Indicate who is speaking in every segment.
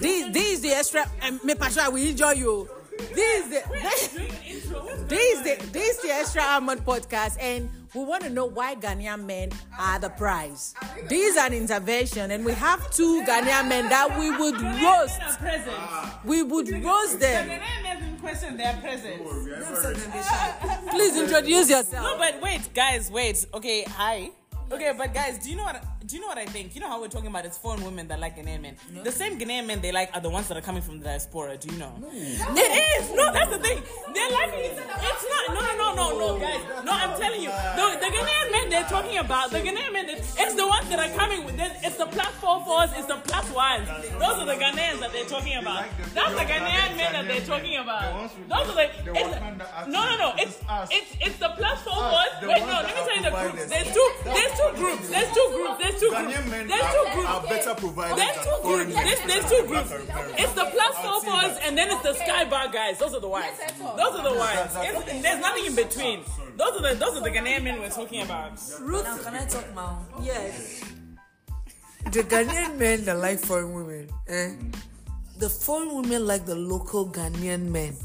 Speaker 1: the extra and me Pasha we enjoy you. This is the this, is the this is the extra almond podcast and we want to know why Ghanaian men are the prize. This is an intervention and we have two Ghanaian men that we would roast. We would roast them.
Speaker 2: Question their presence.
Speaker 1: Please introduce yourself.
Speaker 2: No, but wait, guys, wait. Okay, hi. Okay, but guys, do you know what? Do you know what I think? You know how we're talking about it's foreign women that like Ghanaian men. The same Ghanaian men they like are the ones that are coming from the diaspora. Do you know? It is. No, that's the thing. They're like it's not. No, no, no, no, no, guys. No, I'm telling you. The, the Ghanaian men they're talking about the Ghanaian men. that- It's the ones that are coming. with it. It's the plus four fours. It's the plus ones. Those are the Ghanaians that they're talking about. That's the Ghanaian men that they're talking about. Those are the. It's, no, no, no. It's it's it's the plus four
Speaker 3: Ah,
Speaker 2: fours. Wait, no. Let me tell you the groups. There's two. There's two groups. There's two groups. There's two groups.
Speaker 3: Ghanaian men
Speaker 2: There's
Speaker 3: are-
Speaker 2: two
Speaker 3: are
Speaker 2: groups.
Speaker 3: better providers
Speaker 2: There's
Speaker 3: than
Speaker 2: two
Speaker 3: foreign
Speaker 2: groups.
Speaker 3: men.
Speaker 2: There's, there's two groups.
Speaker 3: That's very
Speaker 2: It's the plus four
Speaker 3: I've seen
Speaker 2: fours
Speaker 3: that.
Speaker 2: and then it's the sky bar guys. Those are the ones. Those are the ones. It's- There's nothing in between. Those are the those are the Ghanaian men we're talking about.
Speaker 4: Now, can I talk now?
Speaker 1: Yes.
Speaker 4: The Ghanaian men that like foreign women, eh? The foreign women like the local Ghanaian men,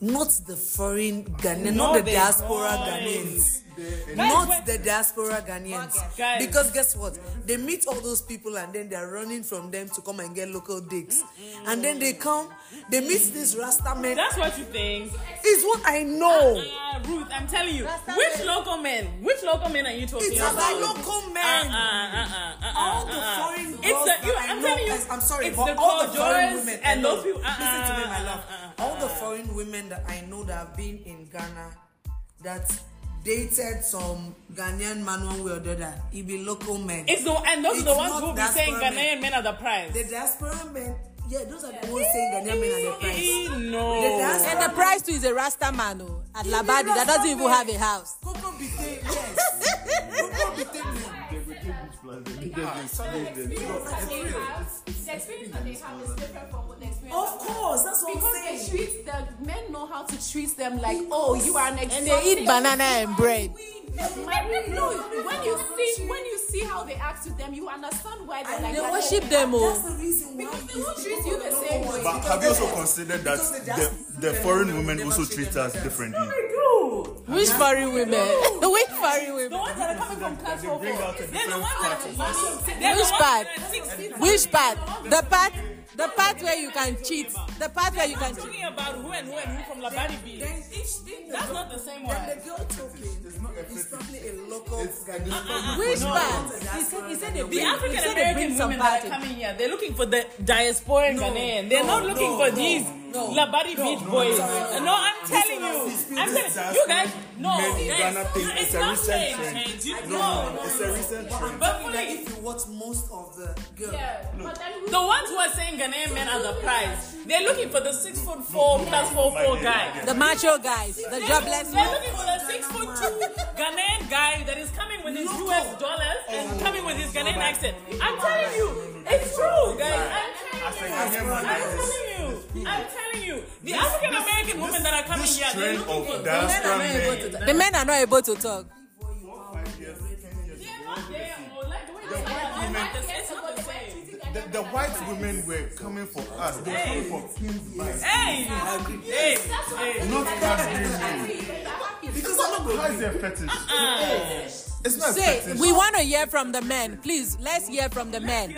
Speaker 4: not the foreign
Speaker 2: No,
Speaker 4: Ghanaian, not the
Speaker 2: they
Speaker 4: diaspora
Speaker 2: don't.
Speaker 4: Ghanaians.
Speaker 2: Guys,
Speaker 4: Not
Speaker 2: when-
Speaker 4: the diaspora Ghanaians.
Speaker 2: Guys.
Speaker 4: Because guess what? They meet all those people and then they're running from them to come and get local dicks. And then they come, they meet these Rasta men.
Speaker 2: That's what you think.
Speaker 4: Is what I
Speaker 3: Oh.
Speaker 4: know.
Speaker 2: Uh, Ruth, I'm telling you, which local men? Which local men are you talking
Speaker 4: It's
Speaker 2: about?
Speaker 4: about local men.
Speaker 2: Uh, uh, uh, uh, uh,
Speaker 4: all the
Speaker 2: uh, uh.
Speaker 4: foreign
Speaker 2: It's
Speaker 4: girls
Speaker 2: the- you-
Speaker 4: that I
Speaker 2: I'm
Speaker 4: know,
Speaker 2: telling you,
Speaker 4: as- I'm sorry,
Speaker 2: it's
Speaker 4: but
Speaker 2: the
Speaker 4: all the foreign
Speaker 2: Kojoras
Speaker 4: women I
Speaker 2: and
Speaker 4: know-
Speaker 2: those people- uh,
Speaker 4: listen to me, my
Speaker 2: uh,
Speaker 4: love. all the foreign women that I know that have been in Ghana that dated some Ghanaian man one way or the other, it be local men.
Speaker 2: It's the and those are the
Speaker 4: It's
Speaker 2: ones
Speaker 4: not
Speaker 2: who will be
Speaker 4: diaspora
Speaker 2: saying
Speaker 4: men.
Speaker 2: Ghanaian men are the prize.
Speaker 4: the diaspora men, yeah, those are the ones saying Ghanaian men are the price. The
Speaker 2: No.
Speaker 4: diaspora
Speaker 1: And the prize too is a Rasta man who, at Labadi that doesn't even have a house.
Speaker 4: Coco Bite, yes. Coco Bite men.
Speaker 5: The experience that they have is different from what the experience
Speaker 4: Of course, that's what
Speaker 5: Because
Speaker 4: I'm
Speaker 5: they
Speaker 4: saying.
Speaker 5: treat the men know how to treat them like, oh, you are an
Speaker 1: And they eat banana and bread.
Speaker 5: Marry, no, when you see when you see how they act to them, you understand why they're like
Speaker 1: They
Speaker 5: that.
Speaker 1: worship them oh.
Speaker 4: That's
Speaker 1: all.
Speaker 4: the reason why.
Speaker 5: Because they
Speaker 4: it's
Speaker 5: won't
Speaker 4: the
Speaker 5: treat
Speaker 4: people
Speaker 5: you
Speaker 4: that
Speaker 5: the
Speaker 4: don't
Speaker 5: same
Speaker 4: want
Speaker 5: way.
Speaker 4: it.
Speaker 3: But have you also considered that
Speaker 4: Because the
Speaker 3: the,
Speaker 4: diaspora
Speaker 3: the
Speaker 4: men
Speaker 3: foreign
Speaker 4: never-
Speaker 3: women
Speaker 4: never
Speaker 3: also
Speaker 4: treat
Speaker 3: treat
Speaker 4: them
Speaker 3: us
Speaker 4: like that.
Speaker 3: differently?
Speaker 1: Which foreign women? Which foreign
Speaker 2: The
Speaker 1: women?
Speaker 2: ones that are coming from class four. They're the ones that are They're the
Speaker 1: Which
Speaker 2: ones
Speaker 1: part?
Speaker 2: that are six feet.
Speaker 1: Which part? The part, the part where you can cheat. The part where you
Speaker 2: I'm
Speaker 1: can cheat.
Speaker 2: talking about who and who and who from Labadi B.
Speaker 4: Then each thing that
Speaker 2: That's
Speaker 4: go-
Speaker 2: not the same one.
Speaker 4: Then the girl talking is probably a local Ghanaian.
Speaker 1: Which part?
Speaker 4: That's
Speaker 1: He said, he said they
Speaker 2: The
Speaker 1: bring- he
Speaker 2: African
Speaker 1: said they
Speaker 2: American
Speaker 1: bring some
Speaker 2: women that
Speaker 1: party.
Speaker 2: are coming here, they're looking for the diasporic Ghanaian. They're not looking for these Labadi Beach boys. No, I'm telling you. I'm telling you guys. No,
Speaker 3: Men in
Speaker 2: guys,
Speaker 3: Ghana think
Speaker 2: no,
Speaker 3: it's
Speaker 2: it's
Speaker 3: a
Speaker 2: not
Speaker 3: recent
Speaker 2: saying
Speaker 3: trend.
Speaker 2: change. You-
Speaker 3: No,
Speaker 2: No,
Speaker 3: it's a recent trend.
Speaker 2: but for
Speaker 4: Like
Speaker 2: me,
Speaker 4: if you watch most of the girls,
Speaker 5: Yeah, but then who-
Speaker 2: the ones who are saying Ghanaian men are the prize, they're looking for the six foot four plus four four guy.
Speaker 1: The macho guys, the jobless
Speaker 2: They're
Speaker 1: men.
Speaker 2: looking for the six foot two Ghanaian guy that is coming with his US dollars
Speaker 1: Oh.
Speaker 2: and coming with his Ghanaian accent. I'm telling you, it's true, guys. I'm telling you. I'm telling you. I'm telling you. The African American women that are coming
Speaker 3: This
Speaker 2: here, they're
Speaker 3: trend
Speaker 2: looking for
Speaker 3: of diaspora men.
Speaker 1: The men are not able to talk.
Speaker 2: They're not there, or like the way they
Speaker 3: white
Speaker 2: are. It's
Speaker 3: women-
Speaker 2: not the- It's not the same.
Speaker 3: The, the white women were coming for us. They were coming for Queen's Vice.
Speaker 2: Hey! Hey! Hey!
Speaker 3: Not that green
Speaker 5: They're happy.
Speaker 3: Because I'm not How is their fetish?
Speaker 2: Uh-uh.
Speaker 3: It's not a
Speaker 1: Say,
Speaker 3: fetish.
Speaker 1: we want to hear from the men. Please, let's hear from the men.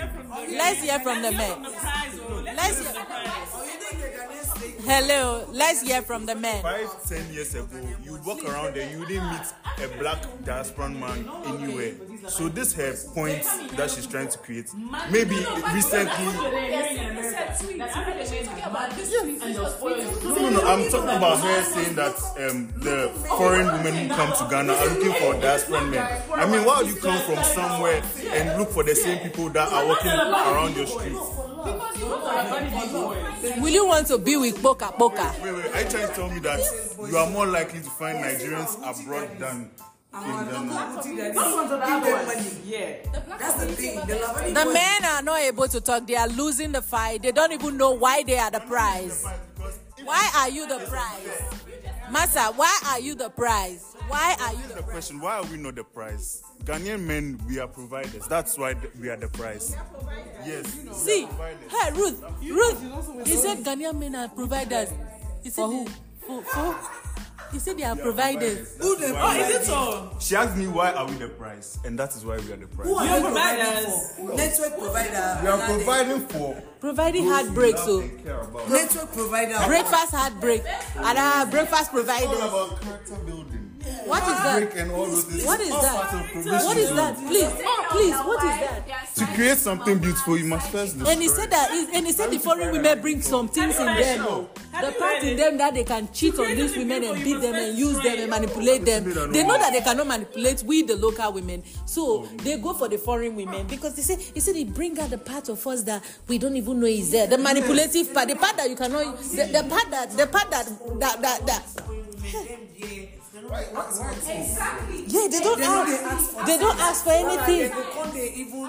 Speaker 1: Let's hear from the men.
Speaker 2: Surprise, oh, let's
Speaker 1: Let's
Speaker 2: give it a
Speaker 1: hear-
Speaker 2: surprise.
Speaker 4: or you think the Ghanaians think
Speaker 1: Hello, let's hear from the men.
Speaker 3: Five, ten years ago, you walk around there, you didn't meet a black diasporan man anywhere. So this her point that she's trying to create. Maybe recently. No, no, no. I'm talking about her saying that um, the foreign women who come to Ghana are looking for diasporan men. I mean, why would you come from somewhere and look for the same people that are walking around your street?
Speaker 1: Will you want to be with Boca Boca?
Speaker 3: Wait, wait. Are you trying to tell me that you are more likely to find Nigerians abroad than in Ghana?
Speaker 4: that is give them money. Yeah. That's the thing. The Lavani
Speaker 1: The
Speaker 4: boys-
Speaker 1: men are not able to talk. They are losing the fight. They don't even know why they are the prize. Why are you the prize? Massa, why are you the prize? Why are you
Speaker 3: The question: Why are we not the prize? Ghanaian men, we are providers. That's why th- we are the prize. Yes.
Speaker 1: See, hey Ruth, Ruth, he said Ghanaian men are providers. He said
Speaker 4: who?
Speaker 1: they- For, for He said they are providers.
Speaker 3: Who
Speaker 4: the-
Speaker 2: Oh, is it so?
Speaker 3: She asked me why are we the prize, and that is why we are the prize.
Speaker 4: Who are
Speaker 2: You're
Speaker 4: you providing
Speaker 2: providers.
Speaker 4: for? Network provider.
Speaker 3: We are
Speaker 4: another-
Speaker 3: providing for
Speaker 1: Providing
Speaker 3: those
Speaker 1: hard breaks, so
Speaker 3: who take care about.
Speaker 4: Network provider.
Speaker 1: breakfast heartbreak and uh, breakfast
Speaker 3: all
Speaker 1: providers.
Speaker 3: about character building.
Speaker 1: What is
Speaker 3: Break
Speaker 1: that?
Speaker 3: and all those things.
Speaker 1: What is
Speaker 3: All
Speaker 1: that?
Speaker 3: part of provision.
Speaker 1: What is that? Please, oh, please, what is that?
Speaker 3: To create something beautiful, you must first destroy.
Speaker 1: And he said that, he- and he said the foreign women bring some things in them,
Speaker 2: Have
Speaker 1: the
Speaker 2: you
Speaker 1: part
Speaker 2: read
Speaker 1: in
Speaker 2: it?
Speaker 1: them that they can cheat on these women and beat them and use them and manipulate them. They know that they cannot manipulate we the local women, so they go for the foreign women because they say, he said they bring out the part of us that we don't even know is there, the manipulative part, the part that you cannot, the, the part that, the part that that that. that yeah, they don't ask. They don't ask for
Speaker 4: They
Speaker 1: anything.
Speaker 4: go come dey even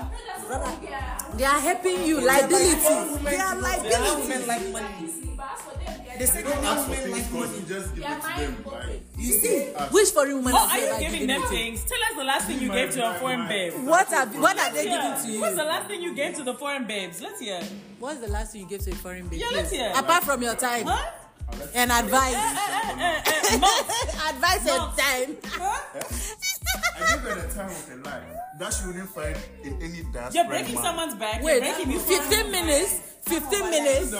Speaker 1: They are helping you, liability.
Speaker 4: They are like Ghanaian women like money. They say Ghanaian women like money.
Speaker 3: you just give it to them. Like,
Speaker 4: You see,
Speaker 1: Which foreign woman?
Speaker 2: Oh,
Speaker 1: is
Speaker 2: are
Speaker 1: there
Speaker 2: you
Speaker 1: that
Speaker 2: giving
Speaker 1: giving
Speaker 2: them
Speaker 1: it to you?
Speaker 2: things? Tell us the last thing you gave to your foreign babe.
Speaker 1: What are what are they
Speaker 2: Yeah.
Speaker 1: giving to you?
Speaker 2: What's the last thing you gave to the foreign babes? Let's hear.
Speaker 1: What's the last thing you gave to a foreign baby?
Speaker 2: Yeah, let's hear.
Speaker 1: Apart from your time
Speaker 2: Huh?
Speaker 1: and
Speaker 2: Eh,
Speaker 1: advice.
Speaker 2: eh, eh, eh, mouth.
Speaker 1: advice
Speaker 2: Mom.
Speaker 1: and time.
Speaker 2: Huh?
Speaker 3: I give her the time of her life. That she wouldn't find in any dance.
Speaker 2: You're breaking someone's back. You're
Speaker 1: Wait,
Speaker 2: breaking this
Speaker 1: fifteen minutes. Fifteen minutes.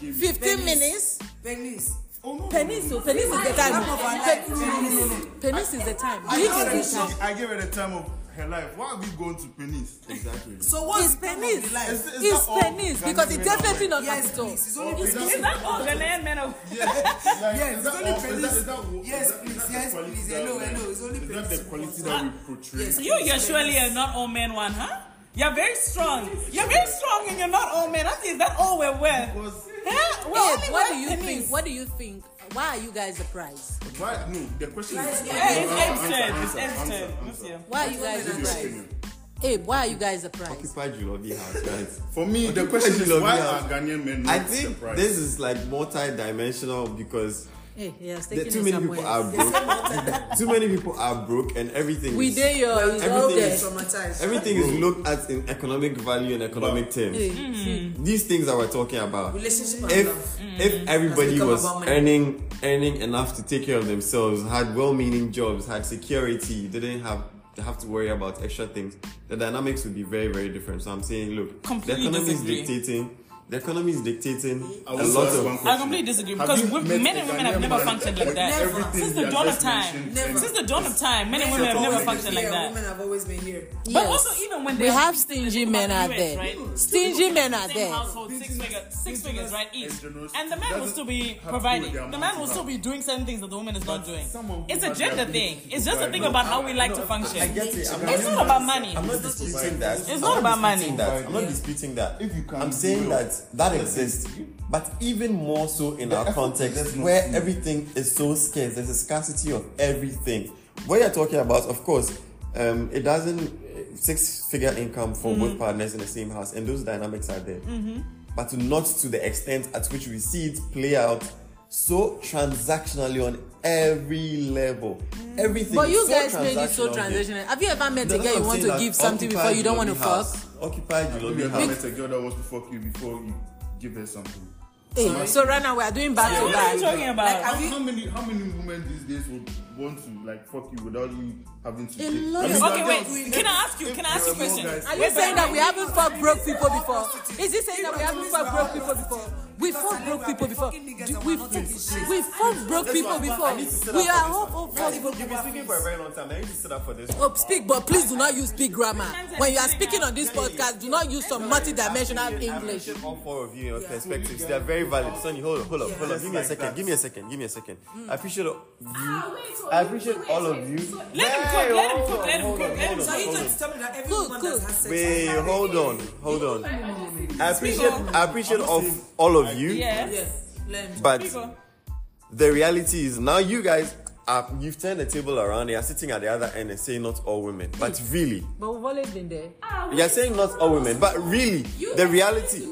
Speaker 1: Fifteen
Speaker 4: Penis.
Speaker 1: minutes.
Speaker 4: pennies.
Speaker 3: oh,
Speaker 1: Penis. So penis is the time.
Speaker 4: Half of our life,
Speaker 1: Pe-
Speaker 4: pennies.
Speaker 1: Penis is the time. Do
Speaker 3: I
Speaker 1: you
Speaker 3: gave
Speaker 1: give
Speaker 3: her
Speaker 1: it
Speaker 3: the
Speaker 1: time?
Speaker 3: time- I gave her the time of her life. Why are we going to penis? Exactly.
Speaker 4: So what's
Speaker 1: It's
Speaker 4: the time of
Speaker 1: penis.
Speaker 4: the life?
Speaker 3: Is- is
Speaker 1: It's
Speaker 3: that all
Speaker 1: penis because
Speaker 3: Ghanaian
Speaker 1: it's
Speaker 3: men are
Speaker 1: definitely not
Speaker 4: Yes,
Speaker 1: capital.
Speaker 4: please. It's
Speaker 3: like?
Speaker 4: only
Speaker 3: Is that-
Speaker 2: Is that all Ghanaian men of
Speaker 3: Yes, like,
Speaker 4: Yes,
Speaker 3: is that
Speaker 4: it's only
Speaker 3: all- is that-
Speaker 4: penis.
Speaker 3: is that-
Speaker 4: Yes,
Speaker 3: is that- is
Speaker 4: please,
Speaker 3: that the
Speaker 4: yes,
Speaker 3: quality
Speaker 4: please.
Speaker 3: that-
Speaker 4: Hello, hello, it's only
Speaker 3: Is that
Speaker 4: penis.
Speaker 3: the quality that we portray?
Speaker 4: Yes.
Speaker 2: you? You're surely a not all men one, huh? You're very strong. You're very strong, and you're not all men. That is that all we're worth.
Speaker 3: Because
Speaker 2: Huh? We're
Speaker 1: Babe,
Speaker 2: only
Speaker 1: what do
Speaker 2: worth
Speaker 1: you
Speaker 2: pennies.
Speaker 1: think? What do you think? Why are you guys the prize?
Speaker 3: why no? The question is.
Speaker 2: Yeah, it's
Speaker 3: Answer,
Speaker 2: Epstein. It's
Speaker 3: answer, answer,
Speaker 2: Epstein. Let's
Speaker 3: answer.
Speaker 2: hear.
Speaker 1: Why are you guys the
Speaker 3: Give your
Speaker 1: prize?
Speaker 3: opinion.
Speaker 1: Abe, why are you guys the prize?
Speaker 6: occupied your lobby house, right?
Speaker 3: For me, the
Speaker 6: Occupied
Speaker 3: question is
Speaker 6: your
Speaker 3: why
Speaker 6: lobby
Speaker 3: are
Speaker 6: house.
Speaker 3: Ghanaian men not
Speaker 6: I think
Speaker 3: surprised?
Speaker 6: this is like multi-dimensional because
Speaker 1: Hey, yeah, it's
Speaker 6: the,
Speaker 1: taking
Speaker 6: too
Speaker 1: it
Speaker 6: many
Speaker 1: somewhere.
Speaker 6: people are broke. too many people are broke, and everything.
Speaker 1: We
Speaker 6: is,
Speaker 1: dare you. It's all
Speaker 6: everything
Speaker 1: there.
Speaker 6: is,
Speaker 4: Traumatized.
Speaker 6: everything is looked at in economic value and economic terms.
Speaker 1: Hey,
Speaker 6: These things that we're talking about.
Speaker 4: Relationship and
Speaker 6: if
Speaker 4: love.
Speaker 6: if everybody
Speaker 4: become
Speaker 6: was
Speaker 4: about money.
Speaker 6: earning earning enough to take care of themselves, had well-meaning jobs, had security, didn't have have to worry about extra things, the dynamics would be very very different. So I'm saying, look,
Speaker 2: Completely
Speaker 6: the economy
Speaker 2: disagree.
Speaker 6: is dictating. The economy is dictating
Speaker 3: I
Speaker 6: a
Speaker 3: want to
Speaker 6: lot
Speaker 3: ask one
Speaker 6: of.
Speaker 3: question.
Speaker 2: I completely disagree
Speaker 3: Have
Speaker 2: because
Speaker 3: you
Speaker 2: wo-
Speaker 3: met
Speaker 2: men
Speaker 3: a
Speaker 2: and women have
Speaker 3: Ghanaian
Speaker 2: never
Speaker 3: man
Speaker 2: functioned like
Speaker 3: with
Speaker 2: that.
Speaker 3: everything
Speaker 2: Since
Speaker 3: you
Speaker 2: the
Speaker 3: have
Speaker 2: dawn of
Speaker 3: just
Speaker 2: time.
Speaker 3: mentioned
Speaker 4: Never.
Speaker 3: and-
Speaker 2: Since the dawn of time, men and women have
Speaker 4: Always
Speaker 2: never
Speaker 4: been
Speaker 2: functioned like
Speaker 4: here.
Speaker 2: that.
Speaker 4: Women have always been here.
Speaker 2: But
Speaker 1: yes.
Speaker 2: also, even when
Speaker 1: we
Speaker 2: they-
Speaker 1: have stingy men out
Speaker 2: US,
Speaker 1: there.
Speaker 2: right?
Speaker 1: Stingy men are
Speaker 2: Same
Speaker 1: there.
Speaker 2: household, six figures, six figures, right? Each,
Speaker 3: and generous-
Speaker 2: and the man will
Speaker 3: doesn't
Speaker 2: still be
Speaker 3: have to do
Speaker 2: providing.
Speaker 3: with their
Speaker 2: The man will
Speaker 3: multiple.
Speaker 2: still be doing certain things that the woman is not doing.
Speaker 3: someone who
Speaker 2: It's a
Speaker 3: has the
Speaker 2: gender
Speaker 3: ability
Speaker 2: thing.
Speaker 3: to
Speaker 2: It's just a
Speaker 3: provide.
Speaker 2: thing
Speaker 3: No,
Speaker 2: about
Speaker 3: I-
Speaker 2: how we like to
Speaker 6: I
Speaker 2: function.
Speaker 6: get it. I'm
Speaker 2: It's not about money.
Speaker 6: I'm not disputing that.
Speaker 2: It's not about money.
Speaker 6: That. I'm not disputing that.
Speaker 3: If you can,
Speaker 6: I'm
Speaker 3: you
Speaker 6: saying
Speaker 3: will.
Speaker 6: that that exists, but even more so in our
Speaker 3: effort
Speaker 6: context
Speaker 3: does not
Speaker 6: where
Speaker 3: mean-
Speaker 6: everything is so scarce. There's a scarcity of everything. What you're talking about, of course, um, it doesn't six-figure income for both partners in the same house, and those dynamics are there, but not to the extent at which we see it play out. So transactionally on every level, everything.
Speaker 1: But
Speaker 6: is
Speaker 1: you
Speaker 6: so
Speaker 1: guys made it so
Speaker 6: transactional here.
Speaker 1: transitional. Have you ever met
Speaker 6: No,
Speaker 1: a girl
Speaker 6: that's
Speaker 1: you
Speaker 6: what I'm
Speaker 1: want
Speaker 6: saying,
Speaker 1: to
Speaker 6: that
Speaker 1: give something before
Speaker 6: occupy
Speaker 1: you don't want to
Speaker 6: the
Speaker 1: fuck?
Speaker 6: lobby house. Occupy the
Speaker 3: Maybe
Speaker 6: lobby
Speaker 3: you
Speaker 6: house.
Speaker 3: have met a girl that wants to fuck you before you give her something.
Speaker 1: Hey, so right now we are doing back to
Speaker 2: What are you
Speaker 1: back.
Speaker 2: talking about?
Speaker 3: How, how many how many women these days would want to like fuck you without you having to?
Speaker 1: A
Speaker 3: take-
Speaker 1: lot.
Speaker 3: I mean,
Speaker 2: Okay,
Speaker 3: that girl-
Speaker 2: wait. Can I ask you? Can I ask you a
Speaker 3: If
Speaker 2: question?
Speaker 3: there are more guys-
Speaker 1: Are you saying that we haven't fucked broke people before? Is he saying that we haven't fucked broke people before? We fucked broke people before. Do- We fucked we fucked broke people before. We are all
Speaker 6: You've
Speaker 1: fucked.
Speaker 6: been speaking for a very long time. I need to sit up for this.
Speaker 1: Oh, speak, but please do not use big grammar. When you are speaking on this podcast, do not use some multidimensional English.
Speaker 6: All four of you, your perspectives, they are very valid. Sonny, hold up, hold up, hold up. Give me a second. Give me a second. Give me a second.
Speaker 1: Hmm.
Speaker 6: I appreciate all
Speaker 1: Ah,
Speaker 6: you. I appreciate all of you.
Speaker 2: Let him
Speaker 6: Hey,
Speaker 2: cook. Let him
Speaker 6: hold
Speaker 2: cook.
Speaker 6: on,
Speaker 2: Let him
Speaker 6: hold
Speaker 2: cook.
Speaker 6: on,
Speaker 2: Let him cook.
Speaker 6: hold on.
Speaker 4: So you trying to tell me that every
Speaker 1: Cool,
Speaker 4: woman
Speaker 1: cool.
Speaker 4: that has sex
Speaker 6: Wait,
Speaker 4: has
Speaker 6: hold on, hold on. I appreciate, I appreciate all, all of you.
Speaker 2: Yeah.
Speaker 4: Yeah, learn.
Speaker 6: But
Speaker 2: People.
Speaker 6: the reality is now you guys are you've turned the table around. You are sitting at the other end and saying not all women, but really,
Speaker 1: But we've always been there.
Speaker 6: you are saying not all women, but really, the reality.